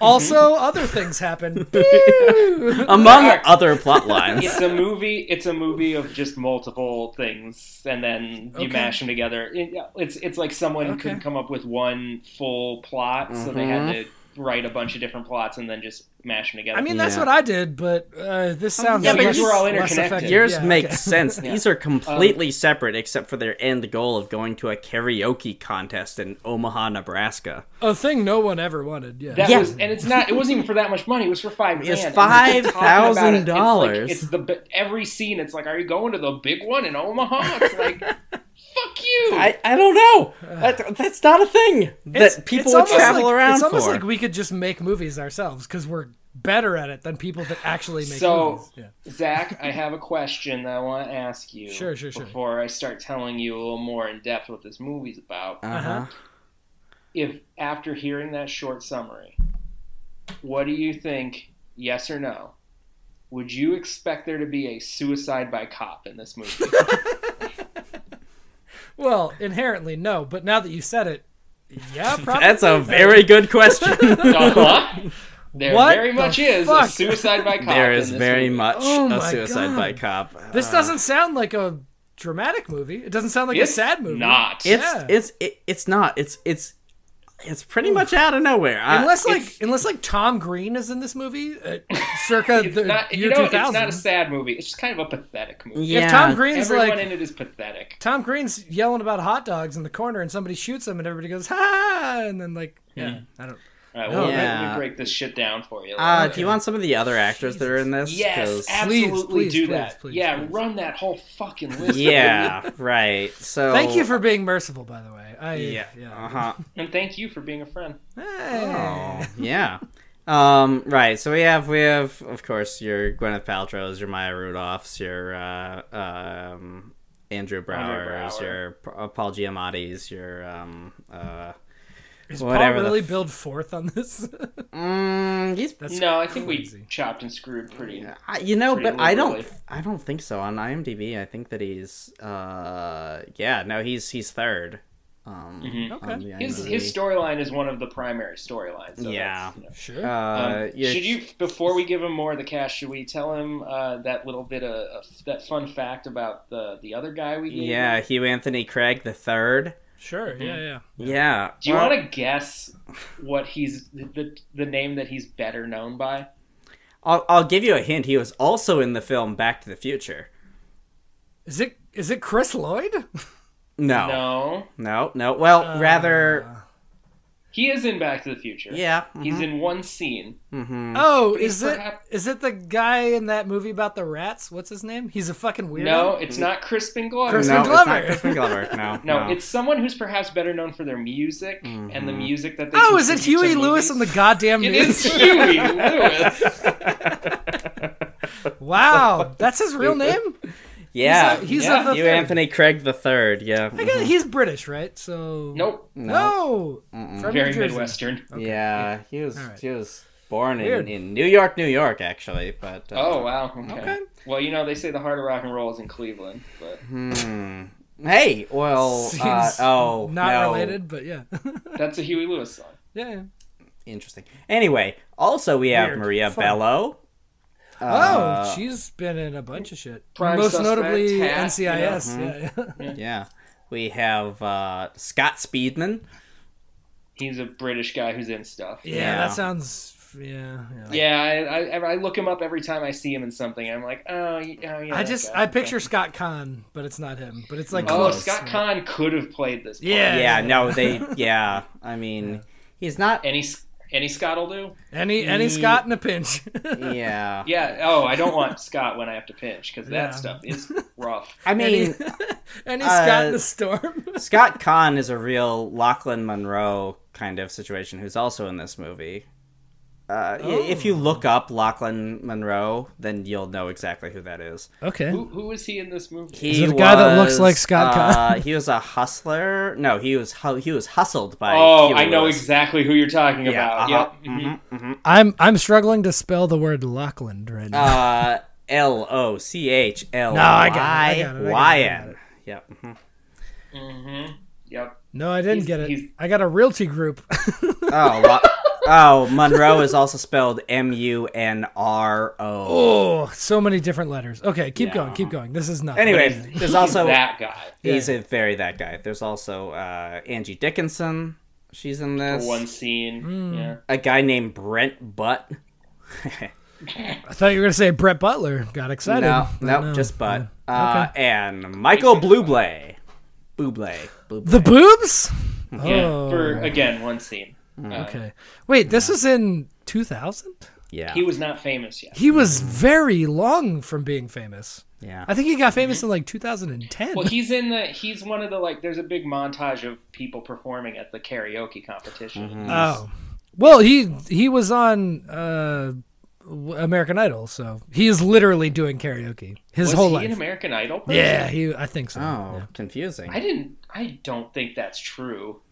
Speaker 4: Also, other things happen.
Speaker 5: among other plot lines.
Speaker 3: It's a movie. It's a movie of just multiple things, and then you
Speaker 4: Okay.
Speaker 3: mash them together. It- it's it's like someone
Speaker 4: Okay. Mm-hmm.
Speaker 3: couldn't come up with one full plot, so they had to write a bunch of different plots and then just mash them together.
Speaker 4: I mean, that's
Speaker 5: Yeah.
Speaker 4: what I did, but uh, this sounds
Speaker 3: Yeah, but
Speaker 4: less,
Speaker 3: yours were all
Speaker 4: less
Speaker 3: interconnected.
Speaker 4: effective.
Speaker 5: Yours
Speaker 4: Yeah, okay.
Speaker 5: make sense. These are completely separate except for their end goal of going to a karaoke contest in Omaha, Nebraska.
Speaker 4: a thing no one ever wanted. Yeah,
Speaker 3: That
Speaker 5: Yeah.
Speaker 3: was, and it's not. It wasn't even for that much money. It was for five. grand.
Speaker 5: It's
Speaker 3: And we're just talking about it. It's like-
Speaker 5: $5,000.
Speaker 3: It's the b- every scene. It's like, are you going to the big one in Omaha? It's like, fuck you.
Speaker 5: I, I don't know. That, that's not a thing that
Speaker 4: It's-
Speaker 5: people
Speaker 4: it's
Speaker 5: would
Speaker 4: almost
Speaker 5: travel
Speaker 4: like-
Speaker 5: around
Speaker 4: It's
Speaker 5: for.
Speaker 4: almost like we could just make movies ourselves because we're better at it than people that actually make
Speaker 3: So-
Speaker 4: movies. Yeah.
Speaker 3: Zach, I have a question that I want to ask you.
Speaker 4: Sure, sure, sure.
Speaker 3: Before I start telling you a little more in depth what this movie's about,
Speaker 5: uh-huh.
Speaker 3: if after hearing that short summary, what do you think? Yes or no? Would you expect there to be a suicide by cop in this movie?
Speaker 4: Well, inherently no, but now that you said it, yeah, probably.
Speaker 5: That's a very good question.
Speaker 3: Uh-huh. There
Speaker 4: What
Speaker 3: very
Speaker 4: the
Speaker 3: much is a
Speaker 4: fuck?
Speaker 3: suicide by cop.
Speaker 5: there
Speaker 3: in
Speaker 5: is
Speaker 3: this
Speaker 5: very
Speaker 3: movie.
Speaker 5: much
Speaker 4: Oh
Speaker 5: a
Speaker 4: my
Speaker 5: suicide
Speaker 4: God.
Speaker 5: by cop. Uh,
Speaker 4: This doesn't sound like a dramatic movie. It doesn't sound like
Speaker 3: It's
Speaker 4: a sad movie.
Speaker 3: Not.
Speaker 5: It's
Speaker 4: Yeah.
Speaker 5: it's it, it's not. It's it's it's pretty much out of nowhere. I-
Speaker 4: Unless like
Speaker 5: Uh, it's-
Speaker 4: unless like Tom Green is in this movie, uh, circa
Speaker 3: It's
Speaker 4: the
Speaker 3: not,
Speaker 4: year
Speaker 3: you know,
Speaker 4: two
Speaker 3: it's not a
Speaker 4: thousand.
Speaker 3: sad movie. It's just kind of a pathetic movie.
Speaker 5: yeah,
Speaker 4: If Tom Green's
Speaker 3: Everyone
Speaker 4: like
Speaker 3: in it is pathetic.
Speaker 4: Tom Green's yelling about hot dogs in the corner, and somebody shoots him, and everybody goes ha, and then like yeah, I don't.
Speaker 3: All right, well,
Speaker 5: Oh, Yeah.
Speaker 3: let- let me break this shit down for you.
Speaker 5: Uh, Do you want some of the other actors that are in this?
Speaker 3: yes,
Speaker 5: 'Cause-
Speaker 4: Please,
Speaker 3: absolutely
Speaker 4: please,
Speaker 3: do
Speaker 4: please,
Speaker 3: that.
Speaker 4: please,
Speaker 3: yeah,
Speaker 4: please.
Speaker 3: run that whole fucking list.
Speaker 5: yeah. Right. So.
Speaker 4: Thank you for being merciful, by the way. I,
Speaker 5: Yeah.
Speaker 4: yeah,
Speaker 5: Uh huh.
Speaker 3: and thank you for being a friend.
Speaker 4: Hey.
Speaker 5: Oh, yeah. Um, right. So we have we have of course your Gwyneth Paltrow's, your Maya Rudolph's, your uh, um, Andrew Brower's,
Speaker 3: Brower.
Speaker 5: your uh, Paul Giamatti's, your um, uh,
Speaker 4: Does
Speaker 5: whatever
Speaker 4: Paul
Speaker 5: the
Speaker 4: really
Speaker 5: f-
Speaker 4: build fourth on this?
Speaker 5: mm, he's-
Speaker 4: That's
Speaker 3: no, I think
Speaker 4: crazy.
Speaker 3: we chopped and screwed pretty.
Speaker 5: I- you know,
Speaker 3: Pretty
Speaker 5: but I don't
Speaker 3: liberally.
Speaker 5: I don't think so on IMDb. I think that he's uh, yeah, no, he's he's third. Um,
Speaker 4: Okay.
Speaker 5: the
Speaker 3: His
Speaker 5: IMDb.
Speaker 3: his storyline is one of the primary storylines. So
Speaker 5: Yeah.
Speaker 3: that's, you know.
Speaker 4: Sure.
Speaker 5: Uh,
Speaker 3: Um,
Speaker 5: yeah,
Speaker 3: should you before we give him more of the cash? Should we tell him uh, that little bit of, of that fun fact about the the other guy we gave? him?
Speaker 5: Yeah, Hugh Anthony Craig the third.
Speaker 4: sure. Yeah,
Speaker 3: Mm-hmm.
Speaker 4: yeah.
Speaker 5: Yeah.
Speaker 3: Do you
Speaker 5: well-
Speaker 3: want to guess what he's the the name that he's better known by?
Speaker 5: I'll, I'll give you a hint. He was also in the film Back to the Future.
Speaker 4: Is it is it Chris Lloyd?
Speaker 5: Mm-hmm. No, no,
Speaker 3: No, Uh,
Speaker 5: no. Well, rather,
Speaker 3: he is in Back to the Future.
Speaker 5: yeah. mm-hmm,
Speaker 3: he's
Speaker 4: mm-hmm.
Speaker 3: in one scene.
Speaker 4: Oh, is it
Speaker 3: perhaps-
Speaker 4: is it the guy in that movie about the rats? What's his name? He's a fucking weirdo.
Speaker 3: No, it's not Crispin Glover.
Speaker 4: Crispin
Speaker 5: mm-hmm. no, it's not
Speaker 4: Glover.
Speaker 5: Crispin Glover. No,
Speaker 3: No, it's someone who's perhaps better known for their music and the music that they.
Speaker 4: Oh, is it
Speaker 3: contribute to
Speaker 4: Huey Lewis
Speaker 3: movies.
Speaker 4: in the goddamn
Speaker 3: It
Speaker 4: news?
Speaker 3: is Huey Lewis.
Speaker 4: Wow, that's his real name.
Speaker 5: yeah.
Speaker 4: He's a- he's
Speaker 3: yeah.
Speaker 4: of the
Speaker 5: Hugh
Speaker 4: third.
Speaker 5: Anthony Craig the third. Yeah.
Speaker 4: I guess He's British, right? So
Speaker 3: Nope,
Speaker 4: no, From New
Speaker 3: very
Speaker 4: Jersey.
Speaker 3: Midwestern.
Speaker 5: Mm-hmm. Yeah, he was
Speaker 4: Alright.
Speaker 5: he was born in,
Speaker 4: Weird.
Speaker 5: in New York, New York, actually. But uh,
Speaker 3: Oh wow. Okay.
Speaker 4: Okay.
Speaker 3: Well, you know they say the heart of rock and roll is in Cleveland, but
Speaker 5: hmm. hey, well,
Speaker 4: Seems
Speaker 5: uh, oh,
Speaker 4: not
Speaker 5: no.
Speaker 4: related, but yeah,
Speaker 3: that's a Huey Lewis song.
Speaker 4: yeah. yeah.
Speaker 5: Interesting. Anyway, also we have
Speaker 4: Weird.
Speaker 5: Maria
Speaker 4: Fun.
Speaker 5: Bello.
Speaker 4: oh,
Speaker 5: Uh,
Speaker 4: she's been in a bunch of shit.
Speaker 3: Prime
Speaker 4: Most
Speaker 3: Suspect,
Speaker 4: notably
Speaker 3: Hat,
Speaker 4: NCIS. yeah, yeah.
Speaker 5: yeah. We have uh, Scott Speedman.
Speaker 3: He's a British guy who's in stuff.
Speaker 4: Yeah,
Speaker 5: Yeah.
Speaker 4: that sounds. Yeah, yeah.
Speaker 3: Yeah, I, I, I look him up every time I see him in something. I'm like, oh, y- oh yeah.
Speaker 4: I
Speaker 3: that
Speaker 4: just
Speaker 3: guy.
Speaker 4: I picture Scott Kahn, but it's not him. But it's like
Speaker 3: Oh,
Speaker 4: close.
Speaker 3: Scott Kahn could have played this. part.
Speaker 4: Yeah.
Speaker 5: yeah no they yeah i mean he's not
Speaker 3: Any S- any Scott will do.
Speaker 4: Any any
Speaker 5: Ye-
Speaker 4: Scott in a pinch.
Speaker 5: yeah
Speaker 3: Yeah. Oh, I don't want Scott when I have to pinch because
Speaker 4: Yeah.
Speaker 3: that stuff is rough.
Speaker 5: i mean
Speaker 4: any
Speaker 5: Uh,
Speaker 4: Scott in the storm.
Speaker 5: scott kahn is a real lachlan monroe kind of situation who's also in this movie uh, i- if
Speaker 4: Oh.
Speaker 5: you look up lachlan monroe then you'll know exactly who that is
Speaker 4: okay.
Speaker 3: Who who is he in this movie?
Speaker 5: he
Speaker 4: it a guy that looks
Speaker 5: was,
Speaker 4: like Scott Kahn?
Speaker 5: uh, he was a hustler no he was hu- he was hustled by
Speaker 3: oh,
Speaker 5: Huey
Speaker 3: I know
Speaker 5: Lewis.
Speaker 3: exactly who you're talking
Speaker 5: yeah,
Speaker 3: about.
Speaker 5: uh-huh,
Speaker 3: Yep. Mhm.
Speaker 4: I'm I'm struggling to spell the word Lachlan right now.
Speaker 5: uh L O C H L
Speaker 4: No, I got it, I
Speaker 5: Y
Speaker 4: got it, I got
Speaker 5: Y
Speaker 4: it, I got
Speaker 5: N.
Speaker 4: it.
Speaker 5: Yeah. mhm.
Speaker 3: Yep.
Speaker 4: no, I didn't
Speaker 3: Mm-hmm, he's-
Speaker 4: get it.
Speaker 3: he's-
Speaker 4: I got a realty group.
Speaker 5: Oh, lo- Oh, Monroe is also spelled M U N R O.
Speaker 4: Oh, so many different letters. Okay, keep going, keep going. This is nothing.
Speaker 5: Anyway,
Speaker 3: He's-
Speaker 5: there's
Speaker 3: he's
Speaker 5: also
Speaker 3: that guy
Speaker 5: he's a very that guy. There's also uh, Angie Dickinson. She's in
Speaker 3: for
Speaker 5: this.
Speaker 3: one scene.
Speaker 4: Mm.
Speaker 3: Yeah.
Speaker 5: A guy named Brent Butt.
Speaker 4: I thought you were gonna say Brett Butler. Got excited.
Speaker 5: No, no,
Speaker 4: No.
Speaker 5: just Butt. Uh, And Michael Bublé. Bublé. Bublé.
Speaker 4: the boobs.
Speaker 3: Yeah,
Speaker 4: Oh.
Speaker 3: for again one scene. Uh,
Speaker 4: Okay, wait. This was in 2000.
Speaker 5: Yeah.
Speaker 3: He was not famous yet.
Speaker 4: He was very long from being famous.
Speaker 5: yeah.
Speaker 4: I think he got famous in like 2010.
Speaker 3: Well, he's in the. He's one of the like. There's a big montage of people performing at the karaoke competition.
Speaker 5: Mm-hmm.
Speaker 4: oh, well, he he was on uh, w- American Idol, so he is literally doing karaoke his
Speaker 3: Was
Speaker 4: whole
Speaker 3: he
Speaker 4: life.
Speaker 3: an American Idol? Person?
Speaker 4: yeah, he. I think so.
Speaker 5: Oh,
Speaker 4: yeah.
Speaker 5: confusing.
Speaker 3: I didn't. I don't think that's true.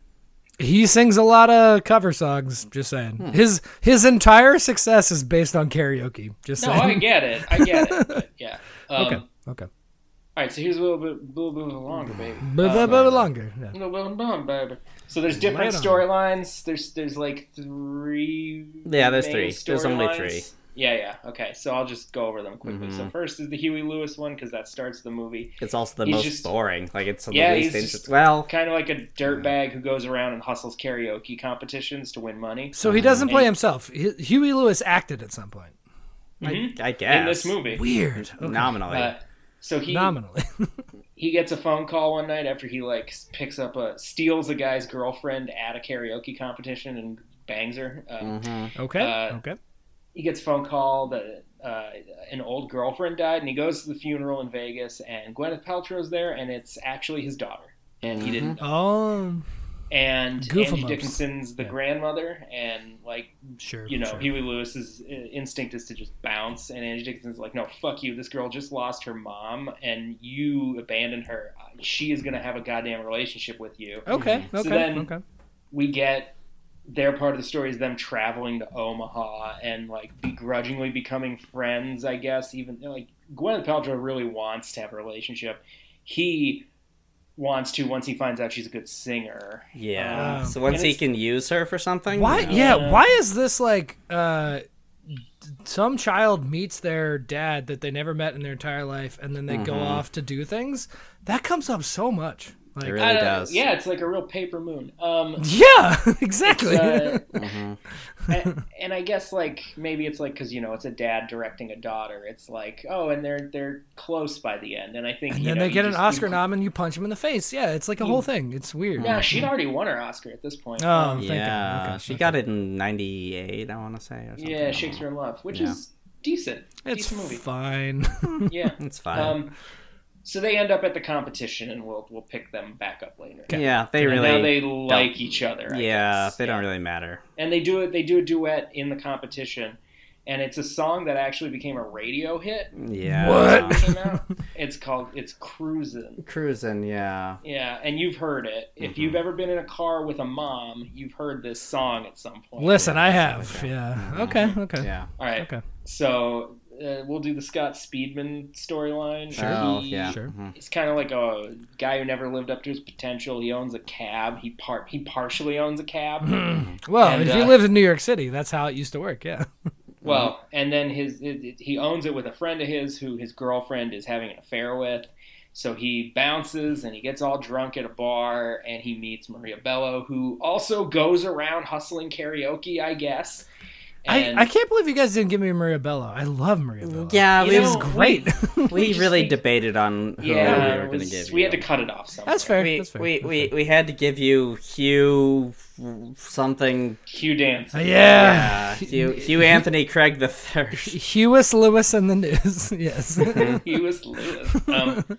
Speaker 4: He sings a lot of cover songs. Just saying, his his entire success is based on karaoke. Just
Speaker 3: No, I
Speaker 4: saying.
Speaker 3: get it. I get it. But yeah. Um,
Speaker 4: okay, okay.
Speaker 3: All right. So here's a little bit, little bit longer, baby.
Speaker 4: But
Speaker 3: Um,
Speaker 4: but but longer. yeah.
Speaker 3: little bit long, baby. So there's different
Speaker 4: Right on.
Speaker 3: storylines. There's there's like three.
Speaker 5: Yeah, there's
Speaker 3: main
Speaker 5: three. There's only
Speaker 3: storylines.
Speaker 5: three. Mm-hmm.
Speaker 3: Yeah, yeah. Okay, so I'll just go over them quickly. So first is the Huey Lewis one because that starts the movie.
Speaker 5: it's also the
Speaker 3: he's
Speaker 5: most
Speaker 3: just-
Speaker 5: boring. Like it's the
Speaker 3: Yeah,
Speaker 5: least
Speaker 3: he's just-
Speaker 5: interesting. Well,
Speaker 3: Kind of like a dirtbag who goes around and hustles karaoke competitions to win money.
Speaker 4: So he doesn't play
Speaker 3: And-
Speaker 4: himself. Hu- Huey Lewis acted at some point.
Speaker 3: Mhm.
Speaker 5: I guess
Speaker 3: in this movie.
Speaker 4: Weird. Okay.
Speaker 5: nominally.
Speaker 3: Uh, so he
Speaker 4: Nominally.
Speaker 3: he gets a phone call one night after he like s- picks up a steals a guy's girlfriend at a karaoke competition and bangs her. Um,
Speaker 4: okay.
Speaker 3: Uh,
Speaker 4: okay.
Speaker 3: he gets a phone call that uh, an old girlfriend died, and he goes to the funeral in Vegas, and Gwyneth Paltrow's there, and it's actually his daughter, and he didn't. know.
Speaker 4: Oh,
Speaker 3: And
Speaker 4: Goofamopes.
Speaker 3: Angie Dickinson's the grandmother, and like
Speaker 4: sure.
Speaker 3: you know,
Speaker 4: sure.
Speaker 3: Huey Lewis's uh, instinct is to just bounce, and Angie Dickinson's like, "No, fuck you. This girl just lost her mom, and you abandoned her. Uh, She is gonna have a goddamn relationship with you."
Speaker 4: Okay. Okay.
Speaker 3: So then-
Speaker 4: okay.
Speaker 3: we get their part of the story is them traveling to Omaha and like begrudgingly becoming friends, I guess. Even like Gwyneth Paltrow really wants to have a relationship. He wants to once he finds out she's a good singer.
Speaker 5: yeah.
Speaker 4: um,
Speaker 5: so once
Speaker 3: and
Speaker 5: he
Speaker 3: it's-
Speaker 5: can use her for something.
Speaker 4: Why?
Speaker 5: no.
Speaker 3: uh,
Speaker 4: Yeah. Why is this like? uh d- some child meets their dad that they never met in their entire life, and then they
Speaker 3: Mm-hmm.
Speaker 4: go off to do things. That comes up so much. Like,
Speaker 5: It really
Speaker 3: Uh,
Speaker 5: does.
Speaker 3: Yeah, it's like a real paper moon. Um,
Speaker 4: yeah, exactly.
Speaker 3: uh,
Speaker 5: Mm-hmm.
Speaker 3: and, and I guess like maybe it's like because you know it's a dad directing a daughter. It's like oh, and they're they're close by the end. And I think
Speaker 4: and
Speaker 3: you
Speaker 4: then
Speaker 3: know,
Speaker 4: they
Speaker 3: you
Speaker 4: get an
Speaker 3: just-
Speaker 4: Oscar
Speaker 3: you-
Speaker 4: nom, and you punch him in the face. Yeah, it's like a whole thing. It's weird.
Speaker 5: Mm-hmm.
Speaker 3: Yeah, she'd already won her Oscar at this point. Um,
Speaker 4: Oh, thank
Speaker 5: Yeah,
Speaker 4: God. Okay,
Speaker 5: she
Speaker 4: okay.
Speaker 5: got it in '98, I want to say. Or something.
Speaker 3: Yeah, Shakespeare in Love, which
Speaker 5: Yeah.
Speaker 3: is decent.
Speaker 4: It's
Speaker 3: decent movie.
Speaker 4: fine.
Speaker 3: Yeah.
Speaker 5: It's fine.
Speaker 3: Um, so they end up at the competition, and we'll we'll pick them back up later.
Speaker 5: yeah, they
Speaker 3: And
Speaker 5: really.
Speaker 3: now they like each other. I
Speaker 5: yeah,
Speaker 3: guess.
Speaker 5: they don't really matter.
Speaker 3: And they do it. They do a duet in the competition, and it's a song that actually became a radio hit.
Speaker 5: Yeah. Um,
Speaker 3: when it
Speaker 5: What?
Speaker 3: came out. it's called "It's Cruisin'."
Speaker 5: Cruising. Yeah.
Speaker 3: Yeah, and you've heard it. If
Speaker 4: Mm-hmm.
Speaker 3: you've ever been in a car with a mom, you've heard this song at some point.
Speaker 4: Listen, I have. Yeah.
Speaker 3: Mm-hmm.
Speaker 4: Okay. Okay.
Speaker 5: Yeah.
Speaker 3: All right.
Speaker 4: Okay.
Speaker 3: So uh, we'll do the Scott Speedman storyline.
Speaker 4: Sure.
Speaker 5: Oh,
Speaker 3: He-
Speaker 5: yeah.
Speaker 4: Sure.
Speaker 5: mhm.
Speaker 3: He's kind of like a guy who never lived up to his potential. He owns a cab. He part he partially owns a
Speaker 4: Mm-hmm.
Speaker 3: cab.
Speaker 4: Well,
Speaker 3: And,
Speaker 4: if you
Speaker 3: uh,
Speaker 4: lived in New York City, that's how it used to work. Yeah. Mm-hmm.
Speaker 3: well, and then his it, it- he owns it with a friend of his who his girlfriend is having an affair with. So he bounces and he gets all drunk at a bar and he meets Maria Bello, who also goes around hustling karaoke, I guess. And-
Speaker 4: I, I can't believe you guys didn't give me Maria Bello. I love Maria Bello.
Speaker 5: Yeah,
Speaker 3: You
Speaker 5: we,
Speaker 3: know,
Speaker 4: Great.
Speaker 5: we
Speaker 3: just
Speaker 5: really
Speaker 3: think-
Speaker 5: debated on who
Speaker 3: yeah,
Speaker 5: we were
Speaker 3: it
Speaker 5: going to
Speaker 3: was-
Speaker 5: give.
Speaker 3: we
Speaker 5: you.
Speaker 3: had to cut it off. Somewhere.
Speaker 4: That's fair.
Speaker 5: We
Speaker 4: That's fair.
Speaker 5: we,
Speaker 4: That's
Speaker 5: we, we had to give you Hugh f- something.
Speaker 3: Hugh dance.
Speaker 4: fair. yeah.
Speaker 5: Uh, Hugh Hugh Anthony Craig the third.
Speaker 4: Hewis Lewis and the news. yes.
Speaker 3: he was Lewis. Mm-hmm. Um,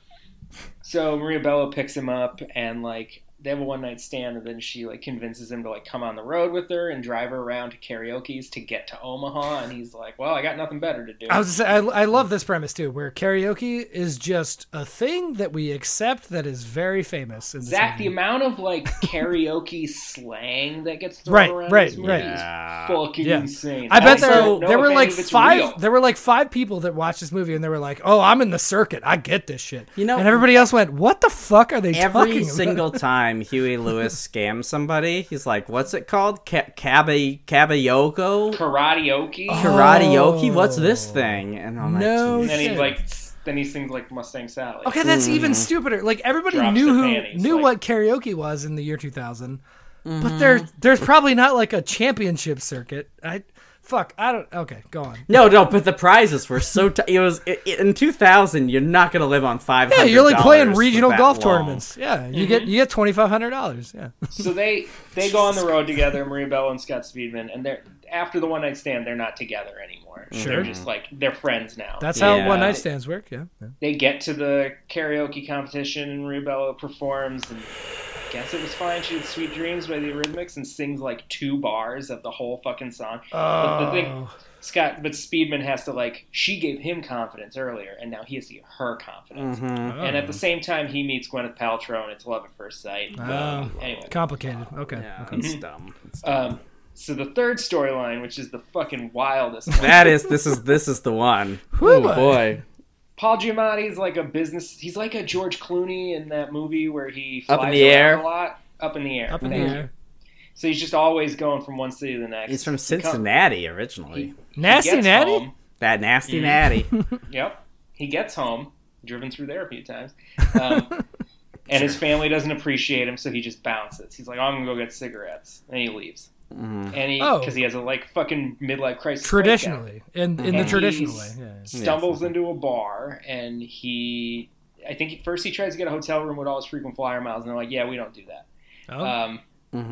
Speaker 3: so Maria Bello picks him up and like they have a one night stand, and then she like convinces him to like come on the road with her and drive her around to karaoke's to get to Omaha, and he's like, "Well, I got nothing better to do."
Speaker 4: I was just, I, I love this premise too, where karaoke is just a thing that we accept that is very famous. In this
Speaker 3: Zach, the
Speaker 4: movie.
Speaker 3: amount of like karaoke slang that gets thrown
Speaker 4: Right,
Speaker 3: around
Speaker 4: right,
Speaker 3: in this movie
Speaker 5: right.
Speaker 3: is fucking
Speaker 4: Yeah.
Speaker 3: insane.
Speaker 4: I bet
Speaker 3: Also,
Speaker 4: there
Speaker 3: don't know
Speaker 4: there
Speaker 3: if
Speaker 4: were
Speaker 3: any
Speaker 4: like
Speaker 3: of it's
Speaker 4: five
Speaker 3: real.
Speaker 4: there were like five people that watched this movie and they were like, "Oh, I'm in the circuit. I get this shit."
Speaker 5: You know-
Speaker 4: and everybody else went, "What the fuck are they
Speaker 5: Every
Speaker 4: talking
Speaker 5: single
Speaker 4: about?"
Speaker 5: time time Huey Lewis scams somebody. He's like, "What's it called? Ca- Cabe Cabayoko?
Speaker 3: Karateoke.
Speaker 5: Karateoke? What's this thing?" And I'm like,
Speaker 4: Oh. No
Speaker 5: "Jeez."
Speaker 3: And then he
Speaker 4: Oh, shit.
Speaker 3: like then he sings like Mustang Sally.
Speaker 4: Okay, that's even
Speaker 5: Mm-hmm.
Speaker 4: stupider. Like everybody
Speaker 3: Drops
Speaker 4: knew
Speaker 3: their
Speaker 4: who
Speaker 3: panties,
Speaker 4: knew
Speaker 3: like-
Speaker 4: what karaoke was in the year 2000,
Speaker 5: Mm-hmm.
Speaker 4: but there there's probably not like a championship circuit. I fuck. I don't. Okay, go on.
Speaker 5: No, no, but the prizes were so. T- it was i i- in 2000. You're not gonna live on five
Speaker 4: Yeah,
Speaker 5: hundred.
Speaker 4: you're like playing regional
Speaker 5: that
Speaker 4: golf
Speaker 5: long.
Speaker 4: tournaments. Yeah, you get
Speaker 3: Mm-hmm.
Speaker 4: you get twenty five hundred dollars. Yeah,
Speaker 3: So they they go on the road together, Maria Bella and Scott Speedman, and they're after the one night stand, they're not together anymore. They're just like they're friends now.
Speaker 4: that's
Speaker 5: Yeah.
Speaker 4: how one night stands work. Yeah.
Speaker 3: they get to the karaoke competition and Rubello performs and I guess it was fine. She did Sweet Dreams by the Eurythmics and sings like two bars of the whole fucking song. But the thing,
Speaker 4: Oh.
Speaker 3: Scott, but Speedman has to like, she gave him confidence earlier and now he has to give her confidence. And at the same time, he meets Gwyneth Paltrow and it's Love at First Sight. Um, anyway.
Speaker 4: Complicated. Okay.
Speaker 5: Yeah,
Speaker 4: okay.
Speaker 5: it's dumb. It's dumb.
Speaker 3: Um, so the third storyline, which is the fucking wildest one.
Speaker 5: that is. This is. This is the one.
Speaker 4: Whew,
Speaker 5: oh
Speaker 4: boy.
Speaker 5: boy.
Speaker 3: Paul Giamatti's like a business. He's like a George Clooney in that movie where he flies
Speaker 5: Up in the
Speaker 3: around
Speaker 5: air?
Speaker 3: a lot. Up in the air.
Speaker 4: Up in the
Speaker 3: Thank you.
Speaker 4: air.
Speaker 3: So he's just always going from one city to the next.
Speaker 5: He's from
Speaker 3: He come-
Speaker 5: Cincinnati originally.
Speaker 3: he Mm-hmm.
Speaker 4: Nasty
Speaker 3: gets
Speaker 4: natty.
Speaker 3: home.
Speaker 5: That nasty natty.
Speaker 3: Yep. He gets home, driven through there a few times, um, and his family doesn't appreciate him, so he just bounces. He's like, "I'm gonna go get cigarettes," and he leaves.
Speaker 5: Mm-hmm.
Speaker 3: And he
Speaker 4: Oh.
Speaker 3: because he has a like fucking midlife crisis. breakdown.
Speaker 4: Traditionally, in in the
Speaker 3: And
Speaker 4: traditional way.
Speaker 3: he's-
Speaker 4: Yeah, yeah.
Speaker 3: stumbles into a bar and he i think he- first he tries to get a hotel room with all his frequent flyer miles and they're like yeah we don't do that
Speaker 4: Oh.
Speaker 3: um,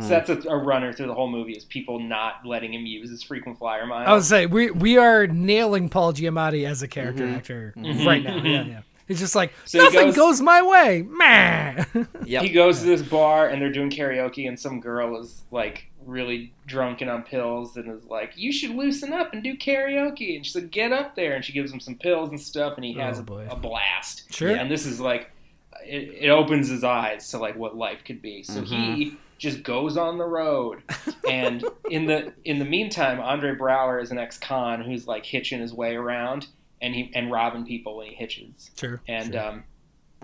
Speaker 3: so that's a, a runner through the whole movie is people not letting him use his frequent flyer miles
Speaker 4: I would say we we are nailing Paul Giamatti as a character actor right now. Yeah, yeah. He's just like
Speaker 3: Mm-hmm. So he
Speaker 4: nothing
Speaker 3: goes-
Speaker 4: goes... my way, man.
Speaker 5: Yep.
Speaker 3: he goes to this bar and they're doing karaoke and some girl is like really drunk and on pills and is like you should loosen up and do karaoke and she's like get up there and she gives him some pills and stuff and he has
Speaker 4: Oh,
Speaker 3: a-
Speaker 4: boy.
Speaker 3: a, blast
Speaker 4: Sure.
Speaker 3: and this is like it, it opens his eyes to like what life could be so
Speaker 4: Mm-hmm.
Speaker 3: he just goes on the road and in the in the meantime andre brower is an ex-con who's like hitching his way around and he and robbing people when he hitches
Speaker 4: sure.
Speaker 3: and um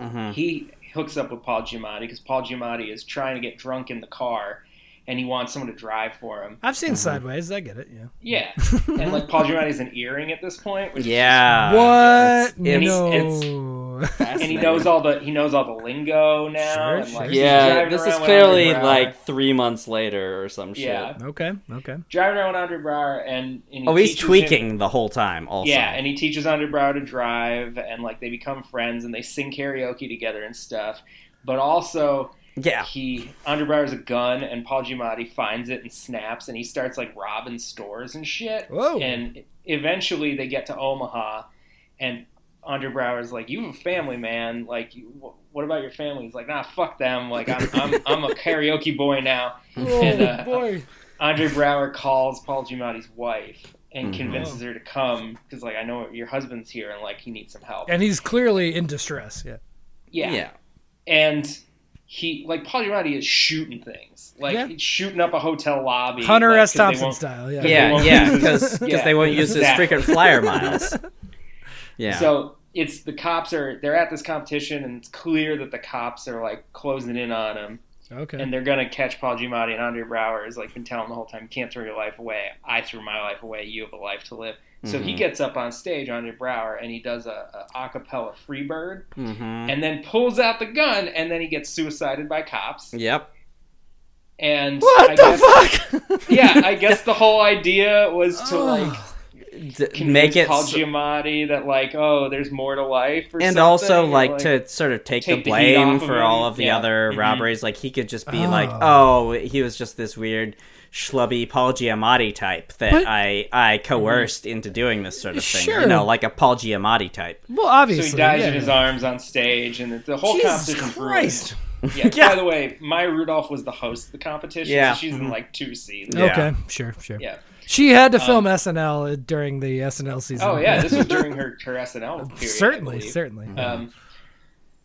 Speaker 4: Hmm.
Speaker 5: Mhm.
Speaker 3: he hooks up with Paul Giamatti because Paul Giamatti is trying to get drunk in the car, and he wants someone to drive for him.
Speaker 4: I've seen Sideways. I get it. Yeah.
Speaker 3: Yeah, Mm-hmm. and like Paul Giamatti's an earring at this point, which
Speaker 5: Yeah.
Speaker 4: what?
Speaker 5: It's- it's-
Speaker 4: no.
Speaker 3: is, and he knows all the he knows all the lingo now.
Speaker 4: Sure,
Speaker 3: and, like,
Speaker 4: sure.
Speaker 3: he's
Speaker 2: Yeah,
Speaker 3: driving
Speaker 2: this
Speaker 3: around
Speaker 2: is
Speaker 3: with
Speaker 2: clearly
Speaker 3: Andre Brower.
Speaker 2: like three months later or some shit.
Speaker 3: yeah,
Speaker 4: okay. Okay.
Speaker 3: driving around with Andre Brower, and, and he
Speaker 5: Oh, he's
Speaker 3: teaches him-
Speaker 5: tweaking the whole time. Also.
Speaker 3: Yeah, and he teaches Andre Brower to drive, and like they become friends, and they sing karaoke together and stuff. But also,
Speaker 5: yeah.
Speaker 3: he Andre Brower's a gun, and Paul Giamatti finds it and snaps, and he starts like robbing stores and shit.
Speaker 4: Whoa.
Speaker 3: And eventually, they get to Omaha, and Andre Brower's like, "You have a family, man. Like, you, wh- what about your family?" He's like, "Nah, fuck them. Like, I'm I'm, I'm a karaoke boy now."
Speaker 1: Oh,
Speaker 3: And, uh,
Speaker 4: boy.
Speaker 3: Andre Brower calls Paul Giamatti's wife and convinces her to come because, like, I know your husband's here, and like he needs some help.
Speaker 4: And he's clearly in distress. Yeah.
Speaker 3: yeah
Speaker 5: Yeah.
Speaker 3: and he like Paul Giamatti is shooting things, like
Speaker 4: Yeah.
Speaker 3: he's shooting up a hotel lobby,
Speaker 4: Hunter
Speaker 3: like, 'cause
Speaker 4: S.
Speaker 3: they
Speaker 4: Thompson
Speaker 3: won't-
Speaker 4: style. Yeah.
Speaker 3: They
Speaker 5: Yeah,
Speaker 3: won't
Speaker 5: yeah,
Speaker 3: use his-
Speaker 5: because
Speaker 3: yeah,
Speaker 5: they won't use his
Speaker 3: exactly.
Speaker 5: freaking flyer miles. Yeah.
Speaker 3: So it's the cops are they're at this competition, and it's clear that the cops are like closing in on him,
Speaker 4: Okay.
Speaker 3: and they're gonna catch Paul Giamatti and Andre Brower has like been telling the whole time, "Can't throw your life away. I threw my life away. You have a life to live." So he gets up on stage, Andre Brower, and he does a, a acapella Freebird,
Speaker 5: Mhm.
Speaker 3: and then pulls out the gun, and then he gets suicided by cops.
Speaker 5: Yep.
Speaker 3: And
Speaker 4: what
Speaker 3: I
Speaker 4: the
Speaker 3: guess-
Speaker 4: fuck?
Speaker 3: yeah, I guess the whole idea was to like
Speaker 4: Ah.
Speaker 5: D-
Speaker 3: convince
Speaker 5: make it
Speaker 3: Paul
Speaker 5: s-
Speaker 3: Giamatti that like oh, there's more to life, or
Speaker 5: and
Speaker 3: something,
Speaker 5: also
Speaker 3: or,
Speaker 5: like, to sort of take,
Speaker 3: take
Speaker 5: the
Speaker 3: the heat
Speaker 5: blame
Speaker 3: off of
Speaker 5: for
Speaker 3: him.
Speaker 5: all of the
Speaker 3: Yeah.
Speaker 5: other
Speaker 3: Mhm.
Speaker 5: robberies. Like he could just be like,
Speaker 4: Oh.
Speaker 5: "Oh, he was just this weird schlubby Paul Giamatti type that
Speaker 4: But-
Speaker 5: I I
Speaker 3: Mm-hmm.
Speaker 5: coerced into doing this sort of thing." You
Speaker 4: Sure.
Speaker 5: know, like a Paul Giamatti type.
Speaker 4: well, obviously.
Speaker 3: so he dies
Speaker 4: yeah,
Speaker 3: in his
Speaker 4: yeah.
Speaker 3: arms on stage, and the whole
Speaker 4: Jesus
Speaker 3: competition's
Speaker 4: Christ.
Speaker 3: ruined. Yeah,
Speaker 5: Yeah.
Speaker 3: By the way, Maya Rudolph was the host of the competition.
Speaker 5: Yeah.
Speaker 3: so she's
Speaker 4: Mm-hmm.
Speaker 3: in like two scenes.
Speaker 5: Yeah.
Speaker 4: Okay. Sure. Sure.
Speaker 3: Yeah. Um,
Speaker 4: She had to film SNL uh, during the SNL season.
Speaker 3: Oh yeah, this was during her, her SNL period. I
Speaker 4: certainly,
Speaker 3: believe. Mm.
Speaker 4: certainly.
Speaker 3: Um,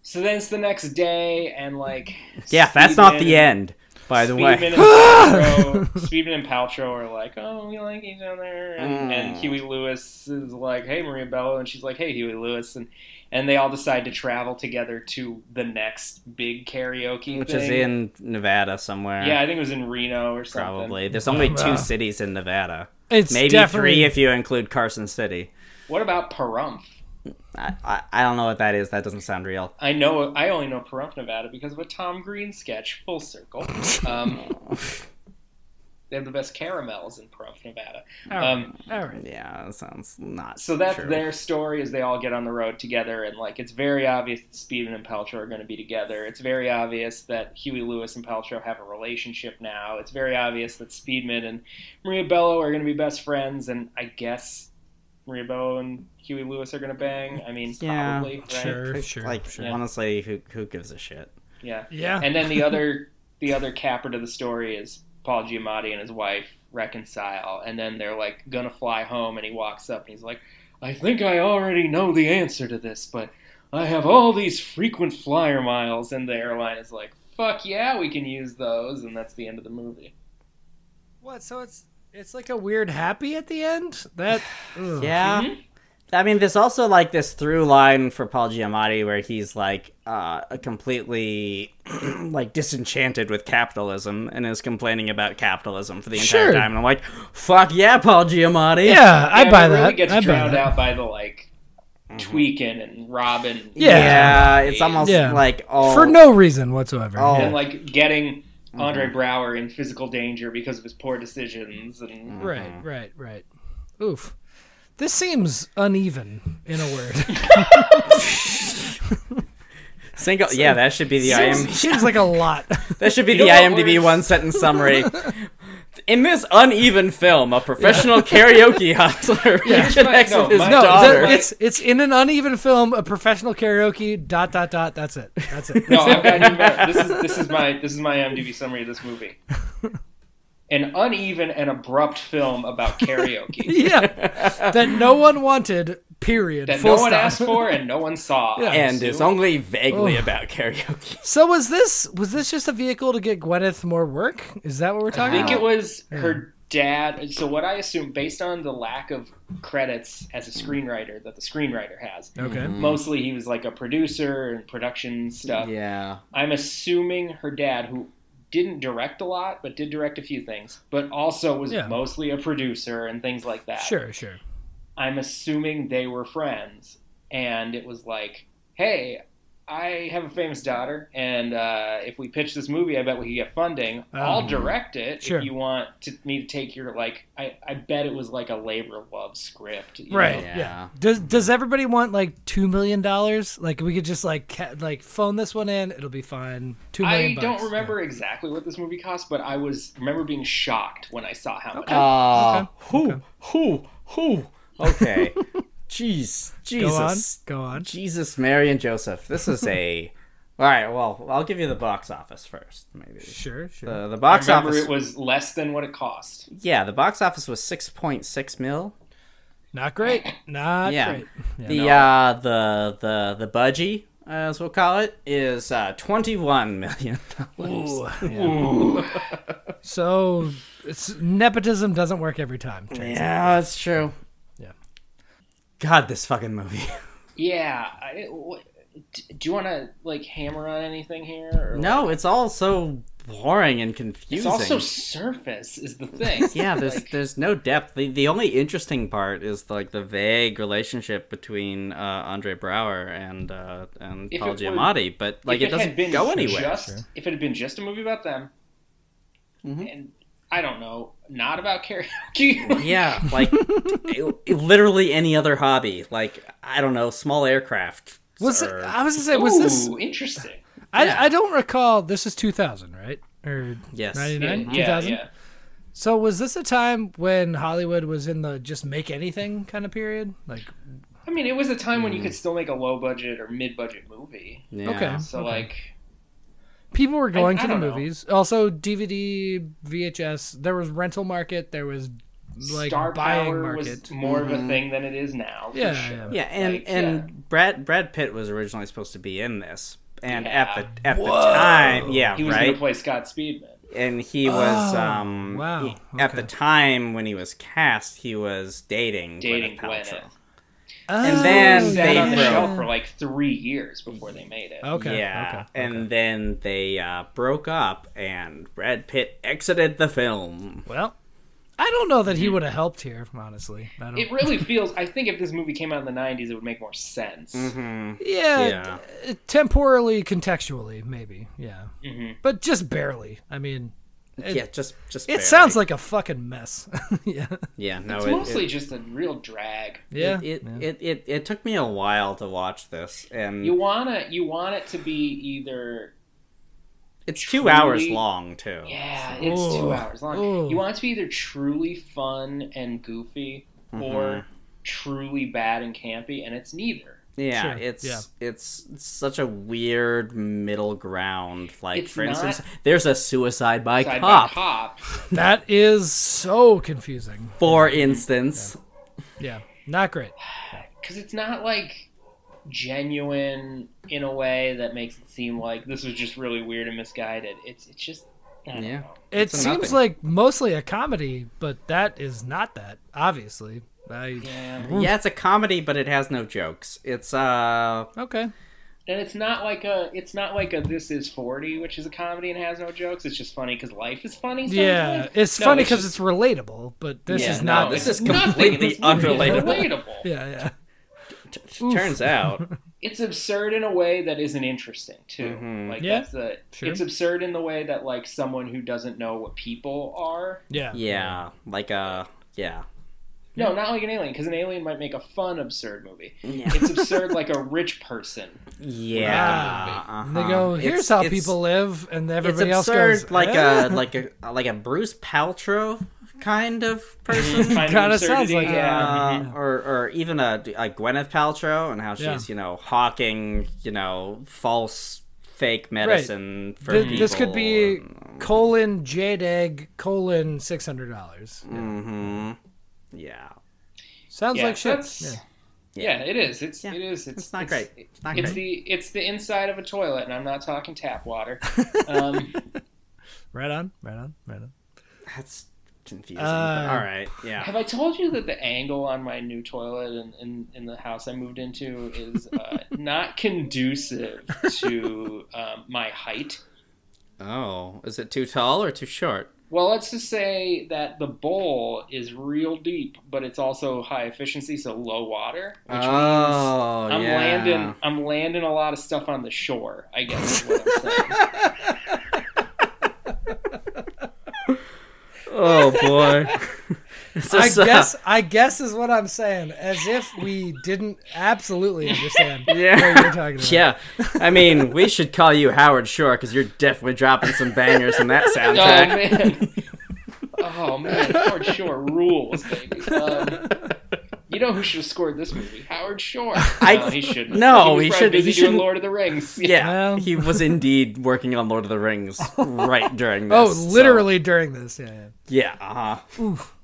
Speaker 3: so then it's the next day, and like
Speaker 5: Yeah, that's not the
Speaker 3: Steven-
Speaker 5: end. By the
Speaker 3: Speedman
Speaker 5: way,
Speaker 3: and Paltrow, Speedman and Paltrow are like, oh, we like each other, and,
Speaker 5: Mm.
Speaker 3: and Huey Lewis is like, hey, Maria Bello, and she's like, hey, Huey Lewis, and and they all decide to travel together to the next big karaoke,
Speaker 5: which
Speaker 3: thing.
Speaker 5: is in Nevada somewhere.
Speaker 3: yeah, I think it was in Reno or something.
Speaker 5: probably. There's only
Speaker 4: Yeah.
Speaker 5: two cities in Nevada.
Speaker 4: It's
Speaker 5: Maybe
Speaker 4: definitely
Speaker 5: three if you include Carson City.
Speaker 3: What about Pahrump?
Speaker 5: I, I, I don't know what that is. That doesn't sound real.
Speaker 3: I know I only know Pahrump, Nevada because of a Tom Green sketch. Full circle. Um, they have the best caramels in Pahrump, Nevada.
Speaker 4: All right,
Speaker 3: Um,
Speaker 4: all right.
Speaker 5: Yeah, that sounds not
Speaker 3: So that's
Speaker 5: true.
Speaker 3: their story as they all get on the road together, and like it's very obvious that Steven and Paltrow are going to be together. It's very obvious that Huey Lewis and Paltrow have a relationship now. It's very obvious that Speedman and Maria Bello are going to be best friends, and I guess Maria Bello and Huey Lewis are going to bang. I mean,
Speaker 5: Yeah,
Speaker 3: probably, right?
Speaker 4: Sure, sure,
Speaker 5: Like
Speaker 4: sure.
Speaker 5: honestly, who who gives a shit?
Speaker 3: Yeah.
Speaker 4: Yeah.
Speaker 3: And then the other the other capper to the story is Paul Giamatti and his wife reconcile, and then they're like gonna fly home, and he walks up and he's like, "I think I already know the answer to this, but I have all these frequent flyer miles," and the airline is like, "Fuck yeah, we can use those," and that's the end of the movie.
Speaker 4: What? So it's it's like a weird happy at the end. That ugh. Hmm?
Speaker 5: Yeah. I mean, there's also like this through line for Paul Giamatti where he's like uh, completely like disenchanted with capitalism and is complaining about capitalism for the entire
Speaker 4: Sure.
Speaker 5: time. And I'm like, fuck yeah, Paul Giamatti.
Speaker 4: Yeah, I
Speaker 3: Yeah,
Speaker 4: buy
Speaker 3: it
Speaker 4: that.
Speaker 3: Really gets
Speaker 4: I buy
Speaker 3: drowned
Speaker 4: that.
Speaker 3: out by the like tweaking and Robin.
Speaker 4: Yeah.
Speaker 5: Yeah, it's almost
Speaker 4: Yeah.
Speaker 5: like all
Speaker 3: Oh.
Speaker 4: for no reason whatsoever.
Speaker 5: Oh.
Speaker 3: and like getting Andre Brower in physical danger because of his poor decisions and.
Speaker 4: Right, right,
Speaker 3: Mm-hmm.
Speaker 4: right. Oof. This seems uneven in a word.
Speaker 5: single. Yeah, that should be the IM.
Speaker 4: seems, seems like a lot.
Speaker 5: That should be
Speaker 3: You
Speaker 5: the
Speaker 3: know what
Speaker 5: IMDb
Speaker 3: works?
Speaker 5: one sentence summary. In this uneven film, a professional karaoke hustler reconnects
Speaker 3: no,
Speaker 5: with his
Speaker 3: my-
Speaker 4: No,
Speaker 5: daughter.
Speaker 4: that- it's it's in an uneven film, a professional karaoke dot dot dot. That's it. That's it.
Speaker 3: No, I've got you. marked. This is this is my this is my IMDb summary of this movie. An uneven and abrupt film about karaoke
Speaker 4: yeah, that no one wanted. Period.
Speaker 3: that
Speaker 4: Full
Speaker 3: no one
Speaker 4: stop.
Speaker 3: asked for and no one saw.
Speaker 4: Yeah.
Speaker 5: and
Speaker 3: Sue.
Speaker 5: is only vaguely
Speaker 4: Oh.
Speaker 5: about karaoke.
Speaker 4: So was this was this just a vehicle to get Gwyneth more work? Is that what we're
Speaker 3: I
Speaker 4: talking
Speaker 3: think it
Speaker 4: about?
Speaker 3: was her dad. So what I assume, based on the lack of credits as a screenwriter that the screenwriter has,
Speaker 4: okay.
Speaker 5: Mm-hmm.
Speaker 3: mostly he was like a producer and production stuff.
Speaker 5: Mm. Yeah.
Speaker 3: I'm assuming her dad, who didn't direct a lot but did direct a few things, but also was
Speaker 4: Yeah.
Speaker 3: mostly a producer and things like that.
Speaker 4: Sure, sure.
Speaker 3: I'm assuming they were friends, and it was like, hey, I have a famous daughter, and uh, if we pitch this movie, I bet we could get funding. I'll direct it
Speaker 4: Sure.
Speaker 3: if you want to, me to take your like. I, I bet it was like a labor of love script, you
Speaker 4: Right.
Speaker 3: know?
Speaker 4: Yeah.
Speaker 5: Yeah.
Speaker 4: Does Does everybody want like two million dollars? Like we could just like ca- like phone this one in. It'll be fine. Two million.
Speaker 3: I
Speaker 4: bucks.
Speaker 3: don't remember exactly what this movie cost, but I was remember being shocked when I saw how much.
Speaker 5: Uh, Who? Who? Who? Okay. Jeez.
Speaker 4: Go on.
Speaker 5: Jesus.
Speaker 4: Go on.
Speaker 5: Jesus, Mary, and Joseph. This is a. All right. Well, I'll give you the box office first. Maybe.
Speaker 4: Sure, sure.
Speaker 5: The, the
Speaker 3: I
Speaker 5: box
Speaker 3: remember
Speaker 5: office.
Speaker 3: it was less than what it cost.
Speaker 5: yeah, the box office was six point six mil.
Speaker 4: Not great. Not
Speaker 5: Yeah.
Speaker 4: great.
Speaker 5: the uh, the the the budgie, as we'll call it, is uh, twenty one million dollars.
Speaker 4: So it's, nepotism doesn't work every time. James.
Speaker 5: Yeah, that's true.
Speaker 4: Yeah.
Speaker 5: God, this fucking movie.
Speaker 3: Yeah. I, w- d- do you want to like hammer on anything here? Or
Speaker 5: No, it's all so boring and confusing.
Speaker 3: It's also surface is the thing.
Speaker 5: yeah, there's
Speaker 3: Like,
Speaker 5: there's no depth. The, the only interesting part is like the vague relationship between uh, Andre Brower and uh, and
Speaker 3: If
Speaker 5: Paul
Speaker 3: it were-
Speaker 5: Giamatti, but like
Speaker 3: if
Speaker 5: it, doesn't
Speaker 3: had been
Speaker 5: go anywhere.
Speaker 3: Just, If it had been just a movie about them, and I don't know, not about karaoke.
Speaker 5: Mm-hmm. Yeah, like it- it- literally any other hobby. Like I don't know, small aircraft.
Speaker 4: Was it,
Speaker 5: or-
Speaker 4: I was gonna say, was this?
Speaker 3: Ooh, interesting.
Speaker 4: I, I don't recall. This is 2000, right? Or
Speaker 5: Yes.
Speaker 4: 99,
Speaker 3: Yeah,
Speaker 4: 2000.
Speaker 3: yeah.
Speaker 4: So was this a time when Hollywood was in the just make anything kind of period? Like,
Speaker 3: I mean, it was a time
Speaker 4: Hmm.
Speaker 3: when you could still make a low budget or mid budget movie.
Speaker 5: Yeah.
Speaker 4: okay,
Speaker 3: So like,
Speaker 4: people were going
Speaker 3: I
Speaker 4: to the
Speaker 3: don't know.
Speaker 4: movies. Also, DVD, VHS. There was rental market. There was like
Speaker 3: star
Speaker 4: buying
Speaker 3: power
Speaker 4: market.
Speaker 3: was more of a thing than it is now. for
Speaker 4: yeah,
Speaker 3: sure.
Speaker 4: yeah.
Speaker 5: Mm-hmm. Yeah, and
Speaker 3: Like,
Speaker 5: and
Speaker 3: yeah.
Speaker 5: Brad Brad Pitt was originally supposed to be in this, and
Speaker 3: Yeah.
Speaker 5: at the at the time, yeah,
Speaker 3: he was going
Speaker 5: right.
Speaker 3: to play Scott Speedman.
Speaker 5: and he was um
Speaker 4: Oh, wow,
Speaker 5: he- at the
Speaker 4: okay.
Speaker 5: time when he was cast, he was dating
Speaker 3: dating
Speaker 5: Gwyneth Paltrow.
Speaker 3: Gwyneth.
Speaker 4: Oh,
Speaker 5: And then
Speaker 3: Sat
Speaker 5: they
Speaker 3: on the
Speaker 5: broke.
Speaker 3: shelf for like three years before they made it.
Speaker 4: Okay.
Speaker 5: yeah,
Speaker 4: Okay.
Speaker 5: and then they uh, broke up, and Brad Pitt exited the film.
Speaker 4: Well, I don't know that he would have helped here, honestly. I don't.
Speaker 3: Mm-hmm. It really feels. I think if this movie came out in the '90s, it would make more sense.
Speaker 5: Mm-hmm.
Speaker 3: Mm-hmm.
Speaker 4: yeah.
Speaker 5: Yeah.
Speaker 4: t- temporally, contextually, maybe. Yeah. But just barely. I mean, it,
Speaker 5: yeah, just just.
Speaker 4: it sounds like a fucking mess. yeah.
Speaker 5: yeah, no,
Speaker 3: It's
Speaker 5: it,
Speaker 3: mostly
Speaker 5: it,
Speaker 3: just a real drag.
Speaker 4: Yeah.
Speaker 5: It, it, it it took me a while to watch this, and
Speaker 3: You wanna, you want it to be either.
Speaker 5: it's two hours
Speaker 3: truly-
Speaker 5: long too.
Speaker 3: Yeah, it's
Speaker 4: Ooh.
Speaker 3: two hours long.
Speaker 4: Ooh.
Speaker 3: You want it to be either truly fun and goofy,
Speaker 5: Mm-hmm.
Speaker 3: or truly bad and campy, and it's neither.
Speaker 5: Yeah,
Speaker 4: Sure,
Speaker 5: it's
Speaker 4: yeah.
Speaker 5: it's such a weird middle ground. Like
Speaker 3: It's
Speaker 5: for
Speaker 3: not-
Speaker 5: instance, there's a suicide by
Speaker 3: Side by
Speaker 5: cop.
Speaker 3: cop.
Speaker 4: that is so confusing.
Speaker 5: For instance,
Speaker 4: Yeah. Not great.
Speaker 3: because it's not like genuine in a way that makes it seem like this was just really weird and misguided. It's it's just I don't
Speaker 5: yeah,
Speaker 3: know.
Speaker 4: It
Speaker 5: It's a
Speaker 4: seems
Speaker 5: nothing.
Speaker 4: like mostly a comedy, but that is not that, obviously. I,
Speaker 3: Yeah.
Speaker 5: yeah, it's a comedy, but it has no jokes. It's uh,
Speaker 4: Okay.
Speaker 3: and it's not like a it's not like a this is forty, which is a comedy and has no jokes. It's just funny because life is funny. Sometimes.
Speaker 4: Yeah. It's
Speaker 3: No,
Speaker 4: funny 'cause funny because
Speaker 3: just-
Speaker 4: it's, relatable, but this
Speaker 5: Yeah,
Speaker 4: is
Speaker 5: no,
Speaker 4: not.
Speaker 5: this
Speaker 3: it's
Speaker 5: is
Speaker 3: nothing.
Speaker 5: completely
Speaker 3: This movie is
Speaker 5: unrelatable.
Speaker 3: relatable.
Speaker 4: yeah. Yeah.
Speaker 5: t- turns out
Speaker 3: It's absurd in a way that isn't interesting too. Like
Speaker 4: Yeah,
Speaker 3: that's the
Speaker 4: sure.
Speaker 3: it's absurd in the way that like someone who doesn't know what people are
Speaker 4: Yeah.
Speaker 5: yeah, like uh, yeah,
Speaker 3: No, not like an alien, because an alien might make a fun, absurd movie. It's absurd like a rich person.
Speaker 5: yeah.
Speaker 4: And they go,
Speaker 5: uh-huh.
Speaker 4: here's
Speaker 5: It's-
Speaker 4: how
Speaker 5: it's-
Speaker 4: people live, and
Speaker 5: It's
Speaker 4: everybody else
Speaker 5: absurd,
Speaker 4: goes,
Speaker 5: like
Speaker 4: "Eh."
Speaker 5: a like a like a Bruce Paltrow kind of person.
Speaker 3: Kind
Speaker 4: Kinda
Speaker 3: absurdity,
Speaker 4: sounds like it.
Speaker 5: Uh, or or even a, a Gwyneth Paltrow and how she's
Speaker 4: Yeah.
Speaker 5: you know hawking you know false fake medicine for
Speaker 4: Th-
Speaker 5: people.
Speaker 4: this could be uh, colon jade egg colon six hundred dollars.
Speaker 5: hmm Yeah,
Speaker 4: Sounds
Speaker 3: Yeah,
Speaker 4: like shit.
Speaker 3: that's-
Speaker 4: Yeah.
Speaker 3: Yeah, it is. It's
Speaker 5: Yeah.
Speaker 3: it is. It's,
Speaker 5: it's not great. It's not
Speaker 3: It's
Speaker 5: great.
Speaker 3: the it's the inside of a toilet, and I'm not talking tap water. Um,
Speaker 4: Right on, right on, right on.
Speaker 5: That's confusing. but
Speaker 4: Uh,
Speaker 5: all right. Yeah.
Speaker 3: have I told you that the angle on my new toilet in, in, in the house I moved into is uh, not conducive to um, my height?
Speaker 5: Oh, is it too tall or too short?
Speaker 3: Well, let's just say that the bowl is real deep, but it's also high efficiency, so low water, which
Speaker 5: oh,
Speaker 3: I'm
Speaker 5: yeah.
Speaker 3: landing. I'm landing a lot of stuff on the shore. I guess. Is what I'm saying.
Speaker 5: Oh boy. This
Speaker 4: I
Speaker 5: is, uh,
Speaker 4: guess I guess is what I'm saying. As if we didn't absolutely understand what you're talking about.
Speaker 5: Yeah, I mean, we should call you Howard Shore because you're definitely dropping some bangers in that
Speaker 3: oh
Speaker 5: soundtrack.
Speaker 3: man. Oh man. Howard Shore rules, baby. Um, you know who should have scored this movie? Howard Shore.
Speaker 5: I-
Speaker 3: no, he shouldn't.
Speaker 5: no,
Speaker 3: was
Speaker 5: he
Speaker 3: probably
Speaker 5: shouldn't-
Speaker 3: Busy
Speaker 5: he
Speaker 3: doing
Speaker 5: shouldn't.
Speaker 3: Lord of the Rings.
Speaker 5: Yeah,
Speaker 4: Well-
Speaker 5: he was indeed working on Lord of the Rings right during this.
Speaker 4: Oh,
Speaker 5: so-
Speaker 4: literally during this. Yeah. yeah.
Speaker 5: yeah. Uh huh. Oof.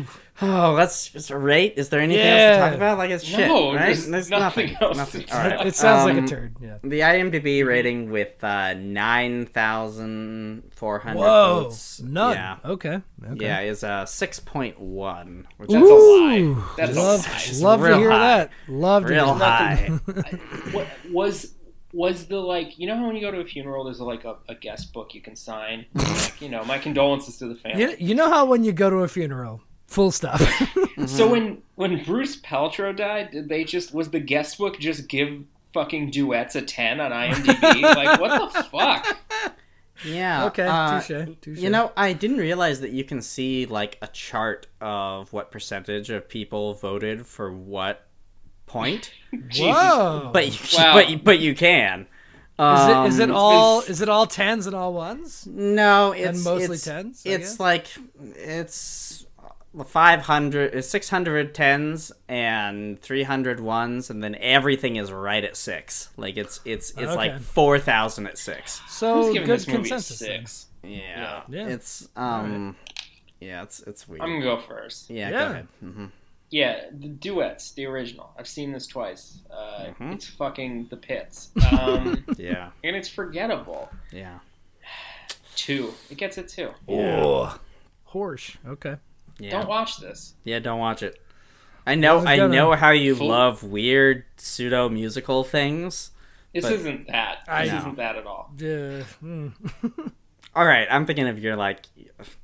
Speaker 5: Oh, let's just rate. Is there anything else to
Speaker 4: Yeah.
Speaker 5: talk about? Like it's shit,
Speaker 3: No,
Speaker 5: right?
Speaker 3: there's nothing else to
Speaker 5: All
Speaker 4: It,
Speaker 5: right.
Speaker 4: it sounds like
Speaker 5: Um,
Speaker 4: a turd. Yeah.
Speaker 5: The IMDb rating with uh, nine thousand four hundred
Speaker 4: Whoa.
Speaker 5: votes.
Speaker 4: None.
Speaker 5: Yeah.
Speaker 4: Okay. Okay.
Speaker 5: Yeah, is uh, six point one, which
Speaker 3: That's a lie. That's
Speaker 4: Love,
Speaker 3: a lie.
Speaker 4: love to
Speaker 5: Real
Speaker 4: hear
Speaker 5: high.
Speaker 4: that. Love
Speaker 5: is
Speaker 4: to
Speaker 5: real
Speaker 4: hear that.
Speaker 5: high.
Speaker 3: What was was the like? You know how when you go to a funeral, there's like a, a guest book you can sign. like, you know, my condolences to the family.
Speaker 4: You, you know how when you go to a funeral, full stop.
Speaker 5: Mm-hmm.
Speaker 3: So when when Bruce Paltrow died, did they just was the guest book just give fucking duets a ten on IMDb? like what the fuck?
Speaker 5: Yeah.
Speaker 4: okay.
Speaker 5: uh,
Speaker 4: touche. Touche.
Speaker 5: You know, I didn't realize that you can see like a chart of what percentage of people voted for what point,
Speaker 4: Whoa.
Speaker 5: but you,
Speaker 3: Wow.
Speaker 5: but you, but you can.
Speaker 4: Is
Speaker 5: Um,
Speaker 4: it, is it all is it all tens and all ones?
Speaker 5: No, it's
Speaker 4: mostly
Speaker 5: it's,
Speaker 4: tens, I
Speaker 5: It's
Speaker 4: guess?
Speaker 5: like it's 500 uh, 600 tens and 300 ones and then everything is right at 6. Like it's it's it's like
Speaker 4: Okay.
Speaker 5: 4000 at 6.
Speaker 4: So
Speaker 3: Who's giving
Speaker 4: good
Speaker 3: this movie a
Speaker 4: consensus. then.
Speaker 3: six?
Speaker 5: Yeah.
Speaker 4: Yeah.
Speaker 5: It's um yeah, it's it's weird.
Speaker 3: I'm gonna go first.
Speaker 5: yeah, go
Speaker 4: Yeah.
Speaker 5: ahead. Mhm.
Speaker 3: Yeah, the duets, the original. I've seen this twice. Uh,
Speaker 5: Mm-hmm.
Speaker 3: It's fucking the pits, um,
Speaker 5: Yeah.
Speaker 3: and it's forgettable.
Speaker 5: Yeah.
Speaker 3: two. It gets a two.
Speaker 4: Oh, Horse. Okay.
Speaker 5: Yeah.
Speaker 3: Don't watch this.
Speaker 5: Yeah, don't watch it. I know,
Speaker 4: is
Speaker 5: I
Speaker 4: gonna-
Speaker 5: know how you
Speaker 3: Full-
Speaker 5: love weird pseudo musical things.
Speaker 3: This
Speaker 5: But-
Speaker 3: isn't that.
Speaker 4: I
Speaker 3: This
Speaker 5: know.
Speaker 3: isn't that at all.
Speaker 5: Uh,
Speaker 4: Yeah. hmm.
Speaker 5: All right, I'm thinking of your like,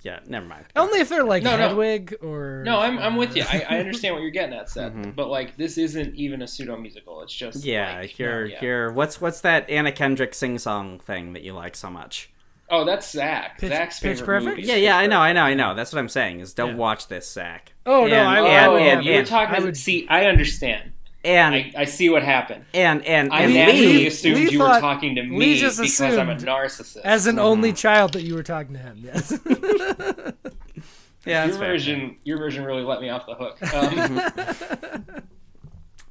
Speaker 5: yeah, never mind.
Speaker 4: Only if they're like
Speaker 3: No, no.
Speaker 4: Hedwig or.
Speaker 3: No, I'm, I'm with you.
Speaker 4: or-
Speaker 3: I, I understand what you're getting at, Seth. But like, this isn't even a pseudo musical. It's just
Speaker 5: Mm-hmm. yeah,
Speaker 3: like,
Speaker 5: your
Speaker 3: yeah.
Speaker 5: your what's what's that Anna Kendrick sing song thing that you like so much?
Speaker 3: Oh, that's Zach.
Speaker 4: Pitch-
Speaker 3: Zach's
Speaker 4: Pitch
Speaker 3: favorite
Speaker 4: Perfect?
Speaker 3: movie. is
Speaker 5: Yeah,
Speaker 3: Pitch
Speaker 5: yeah, I
Speaker 3: Perfect.
Speaker 5: know, I know, I know. That's what I'm saying is don't
Speaker 4: Yeah.
Speaker 5: watch this, Zach.
Speaker 4: Oh, no,
Speaker 5: And-
Speaker 4: I
Speaker 5: and-
Speaker 4: oh,
Speaker 3: oh,
Speaker 5: and-
Speaker 3: you were
Speaker 5: and-
Speaker 3: talking.
Speaker 4: I would-
Speaker 3: see, I understand.
Speaker 5: And
Speaker 3: I, I see what happened.
Speaker 5: and and
Speaker 3: I
Speaker 5: and
Speaker 3: naturally
Speaker 4: Lee-
Speaker 5: Lee,
Speaker 3: assumed
Speaker 4: Lee
Speaker 3: you
Speaker 4: thought-
Speaker 3: were talking to me
Speaker 4: Lee just
Speaker 3: because I'm a
Speaker 4: assumed.
Speaker 3: narcissist.
Speaker 4: As
Speaker 5: Mm-hmm.
Speaker 4: an only child that you were talking to him, yes.
Speaker 5: yeah,
Speaker 3: your
Speaker 5: that's fair.
Speaker 3: version, your version really let me off the hook. Um,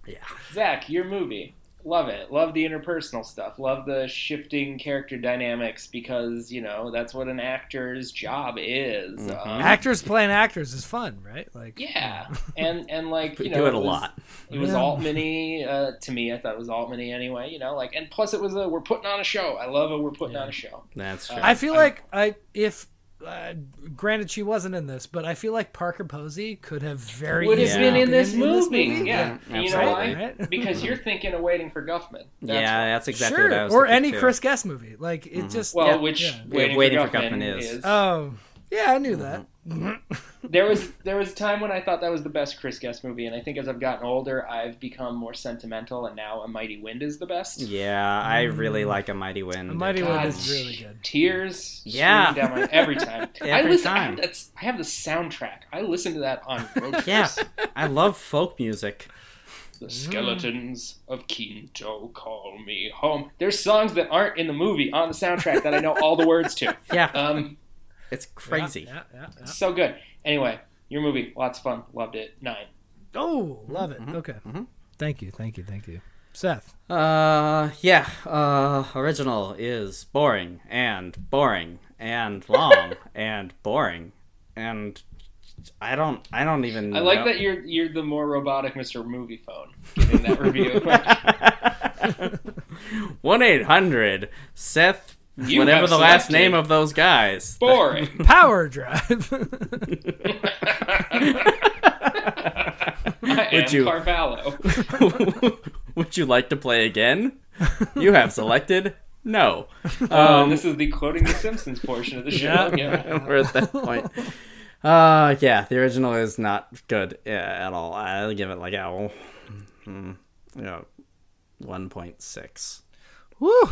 Speaker 5: Yeah.
Speaker 3: Zach, your movie, love it. Love the interpersonal stuff. Love the shifting character dynamics because you know that's what an actor's job is.
Speaker 5: Mm-hmm.
Speaker 3: Um,
Speaker 4: actors playing actors is fun, right? Like,
Speaker 3: yeah, and and like you know
Speaker 5: do it a
Speaker 3: was-
Speaker 5: lot.
Speaker 3: It was
Speaker 4: Yeah.
Speaker 3: Altmany uh, to me. I thought it was Altmany anyway. You know, like and plus it was a we're putting on a show. I love a we're putting on a show.
Speaker 5: That's true.
Speaker 4: I
Speaker 3: Um,
Speaker 4: feel like I if. Uh, granted, she wasn't in this, but I feel like Parker Posey could have very
Speaker 3: Would have
Speaker 4: easily
Speaker 3: been in this movie.
Speaker 5: Yeah,
Speaker 3: Yeah, you know
Speaker 5: absolutely.
Speaker 3: why?
Speaker 4: Right?
Speaker 3: Because you're thinking of waiting for Guffman. That's
Speaker 5: yeah,
Speaker 3: why.
Speaker 5: that's exactly
Speaker 4: sure,
Speaker 5: what I was
Speaker 4: or
Speaker 5: thinking,
Speaker 4: any
Speaker 5: too.
Speaker 4: Chris Guest movie. Like
Speaker 5: Mm-hmm.
Speaker 4: it just
Speaker 3: Well,
Speaker 4: yeah,
Speaker 3: which
Speaker 4: yeah.
Speaker 3: waiting,
Speaker 5: Waiting
Speaker 3: for,
Speaker 5: for
Speaker 3: Guffman,
Speaker 5: Guffman
Speaker 3: is.
Speaker 5: is.
Speaker 4: Oh, yeah, I knew that.
Speaker 5: Mm-hmm.
Speaker 3: There was there was a time when I thought that was the best Chris Guest movie, and I think as I've gotten older, I've become more sentimental, and now A Mighty Wind is the best.
Speaker 5: Yeah, I really like a mighty wind.
Speaker 4: A Mighty
Speaker 3: Mm. God,
Speaker 4: Wind is really good.
Speaker 3: Tears,
Speaker 5: Yeah.
Speaker 3: streaming down my every time. I
Speaker 5: Every
Speaker 3: listen, I
Speaker 5: time.
Speaker 3: have, that's, I have the soundtrack. I listen to that on road trips.
Speaker 5: Yeah, I love folk music.
Speaker 3: The skeletons of Quinto call me home. There's songs that aren't in the movie on the soundtrack that I know all the words to.
Speaker 5: Yeah,
Speaker 3: Um,
Speaker 5: it's crazy.
Speaker 4: Yeah, yeah, yeah.
Speaker 3: so good. Anyway, your movie, lots of fun. Loved it. Nine.
Speaker 4: Oh, love
Speaker 5: Mm-hmm.
Speaker 4: it. Okay. Thank you, thank you, thank you, Seth.
Speaker 5: Uh, yeah. Uh, original is boring and boring and long and boring and I don't. I don't even.
Speaker 3: I like
Speaker 5: know.
Speaker 3: that you're you're the more robotic Mr. Movie Phone giving that review.
Speaker 5: One eight hundred Seth.
Speaker 3: You
Speaker 5: whatever
Speaker 3: have
Speaker 5: the last
Speaker 3: selected-
Speaker 5: name of those guys.
Speaker 3: Boring.
Speaker 4: Power Drive.
Speaker 3: I am
Speaker 5: Would you- Um,
Speaker 3: Carvalho.
Speaker 5: Would you like to play again? You have selected no.
Speaker 3: Uh,
Speaker 5: Um,
Speaker 3: this is the quoting the Simpsons portion of the show. Yeah.
Speaker 5: we're at that point. Uh, yeah, the original is not good uh, at all. I'll give it like ow, mm, you know, one point six.
Speaker 4: Woo,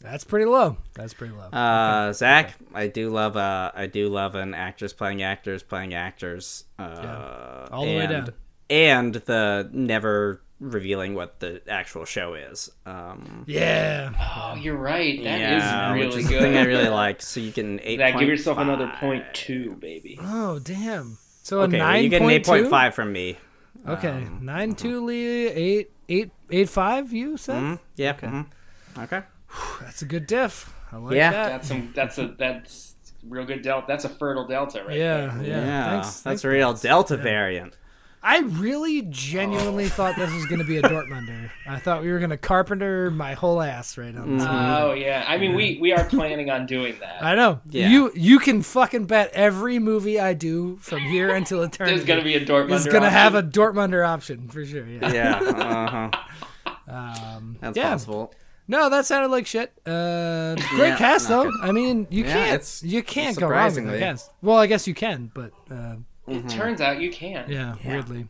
Speaker 4: that's pretty low. That's pretty low.
Speaker 5: Uh, Zach, I do love uh, I do love an actress playing actors playing actors. Uh,
Speaker 4: All the way
Speaker 5: and-
Speaker 4: down.
Speaker 5: and the never revealing what the actual show is. Um,
Speaker 4: yeah,
Speaker 3: Oh, you're right. That is
Speaker 5: yeah,
Speaker 3: really
Speaker 5: which is
Speaker 3: good.
Speaker 5: the thing I really like. So you get an eight.
Speaker 3: Zach, give yourself another point two, baby.
Speaker 4: Oh damn. So
Speaker 5: Okay,
Speaker 4: a
Speaker 5: well,
Speaker 4: nine
Speaker 5: you get an eight point five Um, mm-hmm. from me.
Speaker 4: Okay, nine two Lee eight eight eight five. You Seth.
Speaker 5: Yep. Okay. Mm-hmm. okay.
Speaker 4: That's a good diff. I like
Speaker 5: Yeah.
Speaker 4: that.
Speaker 3: That's some. That's a. That's real good delta. That's a fertile delta, right?
Speaker 4: Yeah, yeah.
Speaker 5: Yeah,
Speaker 4: Thanks.
Speaker 5: that's
Speaker 4: thanks.
Speaker 5: a real Delta variant.
Speaker 4: I really
Speaker 5: Oh.
Speaker 4: genuinely thought this was going to be a Dortmunder. I thought we were going to carpenter my whole ass right on this.
Speaker 3: There.
Speaker 5: Mm-hmm.
Speaker 3: Oh yeah. I mean, we we are planning on doing that.
Speaker 4: I know.
Speaker 5: Yeah.
Speaker 4: You you can fucking bet every movie I do from here until eternity
Speaker 3: There's gonna be a Dortmund.
Speaker 4: is going to have a Dortmunder option for sure. Yeah.
Speaker 5: Yeah, uh-huh. that's
Speaker 4: Um, yeah.
Speaker 5: possible.
Speaker 4: No, that sounded like shit. Uh, great
Speaker 5: Yeah,
Speaker 4: cast
Speaker 5: not
Speaker 4: though. I mean, you
Speaker 5: Yeah,
Speaker 4: can't
Speaker 5: it's-
Speaker 4: you can't
Speaker 5: it's
Speaker 4: go wrong with the
Speaker 5: surprisingly-
Speaker 4: cast. Well, I guess you can, but uh,
Speaker 5: Mm-hmm.
Speaker 3: It turns out you can.
Speaker 4: Yeah, weirdly.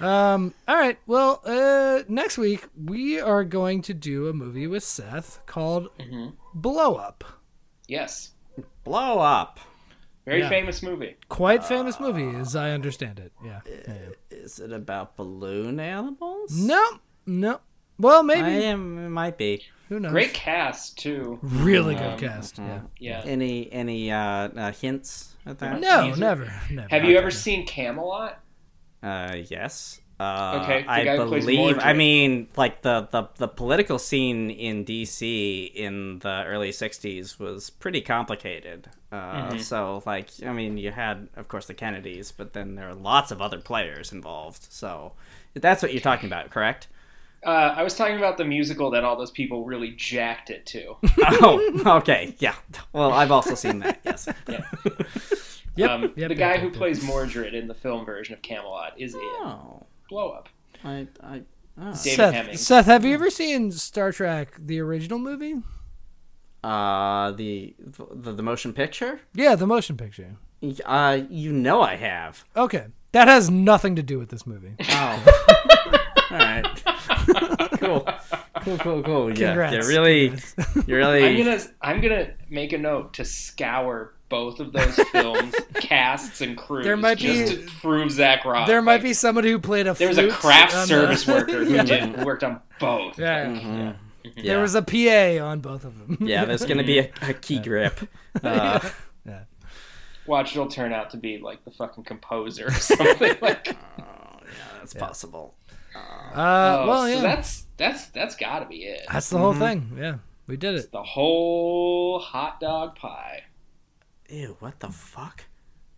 Speaker 4: Um, all right. Well, uh, next week we are going to do a movie with Seth called
Speaker 3: Mm-hmm.
Speaker 4: Blow Up.
Speaker 3: Yes.
Speaker 5: Blow up.
Speaker 3: Very
Speaker 4: Yeah.
Speaker 3: famous movie.
Speaker 4: Quite famous movie, as I understand it. Yeah.
Speaker 5: Uh,
Speaker 4: yeah.
Speaker 5: Is it about balloon animals?
Speaker 4: No, no. Well,
Speaker 5: I
Speaker 4: maybe.
Speaker 5: am. It might be.
Speaker 4: Who knows?
Speaker 3: Great Um, cast too.
Speaker 4: Really good cast. Yeah.
Speaker 3: Yeah.
Speaker 5: Any any uh, uh hints at that?
Speaker 4: No,
Speaker 3: Teaser.
Speaker 4: never, never.
Speaker 3: uh, Have you ever seen Camelot?
Speaker 5: Uh, yes. Uh,
Speaker 3: Okay, the
Speaker 5: I
Speaker 3: guy who plays
Speaker 5: believe. I
Speaker 3: Mordred.
Speaker 5: mean, like the, the the political scene in D.C. in the early '60s was pretty complicated. Uh,
Speaker 3: Mm-hmm.
Speaker 5: So, like, I mean, you had, of course, the Kennedys, but then there are lots of other players involved. So, that's what you're talking about, correct?
Speaker 3: Uh, I was talking about the musical that all those people really jacked it to.
Speaker 5: oh, okay, yeah. Well, I've also seen that. Yes.
Speaker 4: Yep,
Speaker 3: Um,
Speaker 4: yep,
Speaker 3: the
Speaker 4: yep,
Speaker 3: guy
Speaker 4: yep,
Speaker 3: who
Speaker 4: yep.
Speaker 3: plays Mordred in the film version of Camelot is in
Speaker 5: Oh,
Speaker 3: Blow Up.
Speaker 5: I, I. Oh.
Speaker 3: David
Speaker 4: Seth,
Speaker 3: Hemmings.
Speaker 4: Seth, have you ever seen Star Trek, the original movie?
Speaker 5: Uh, the, the the motion picture.
Speaker 4: Yeah, the motion picture.
Speaker 5: Uh, you know I have.
Speaker 4: Okay. That has nothing to do with this movie.
Speaker 5: Oh. All right. cool. Cool, cool, cool. Yeah.
Speaker 4: Congrats.
Speaker 5: You're really, you're really.
Speaker 3: I'm gonna I'm gonna make a note to scour both of those films, casts and crews.
Speaker 4: There might be-
Speaker 3: just to prove Zach Ross.
Speaker 4: There might
Speaker 3: Like,
Speaker 4: be somebody who played a
Speaker 3: There was a
Speaker 4: flute
Speaker 3: craft
Speaker 4: on the-
Speaker 3: service worker who
Speaker 4: yeah.
Speaker 3: did who worked on both.
Speaker 4: Yeah.
Speaker 5: Mm-hmm. yeah.
Speaker 4: There was a PA on both of them.
Speaker 5: yeah, there's gonna be a, a key grip. Uh,
Speaker 3: Watch it'll turn out to be like the fucking composer or something like.
Speaker 5: Oh, that's possible.
Speaker 4: Uh,
Speaker 3: Oh,
Speaker 4: well, yeah.
Speaker 3: so
Speaker 4: that's...
Speaker 3: that's that's that's got to be it.
Speaker 4: the whole
Speaker 5: Mm-hmm.
Speaker 4: thing. Yeah. We did it.
Speaker 3: The whole hot dog pie.
Speaker 5: Ew, what the fuck?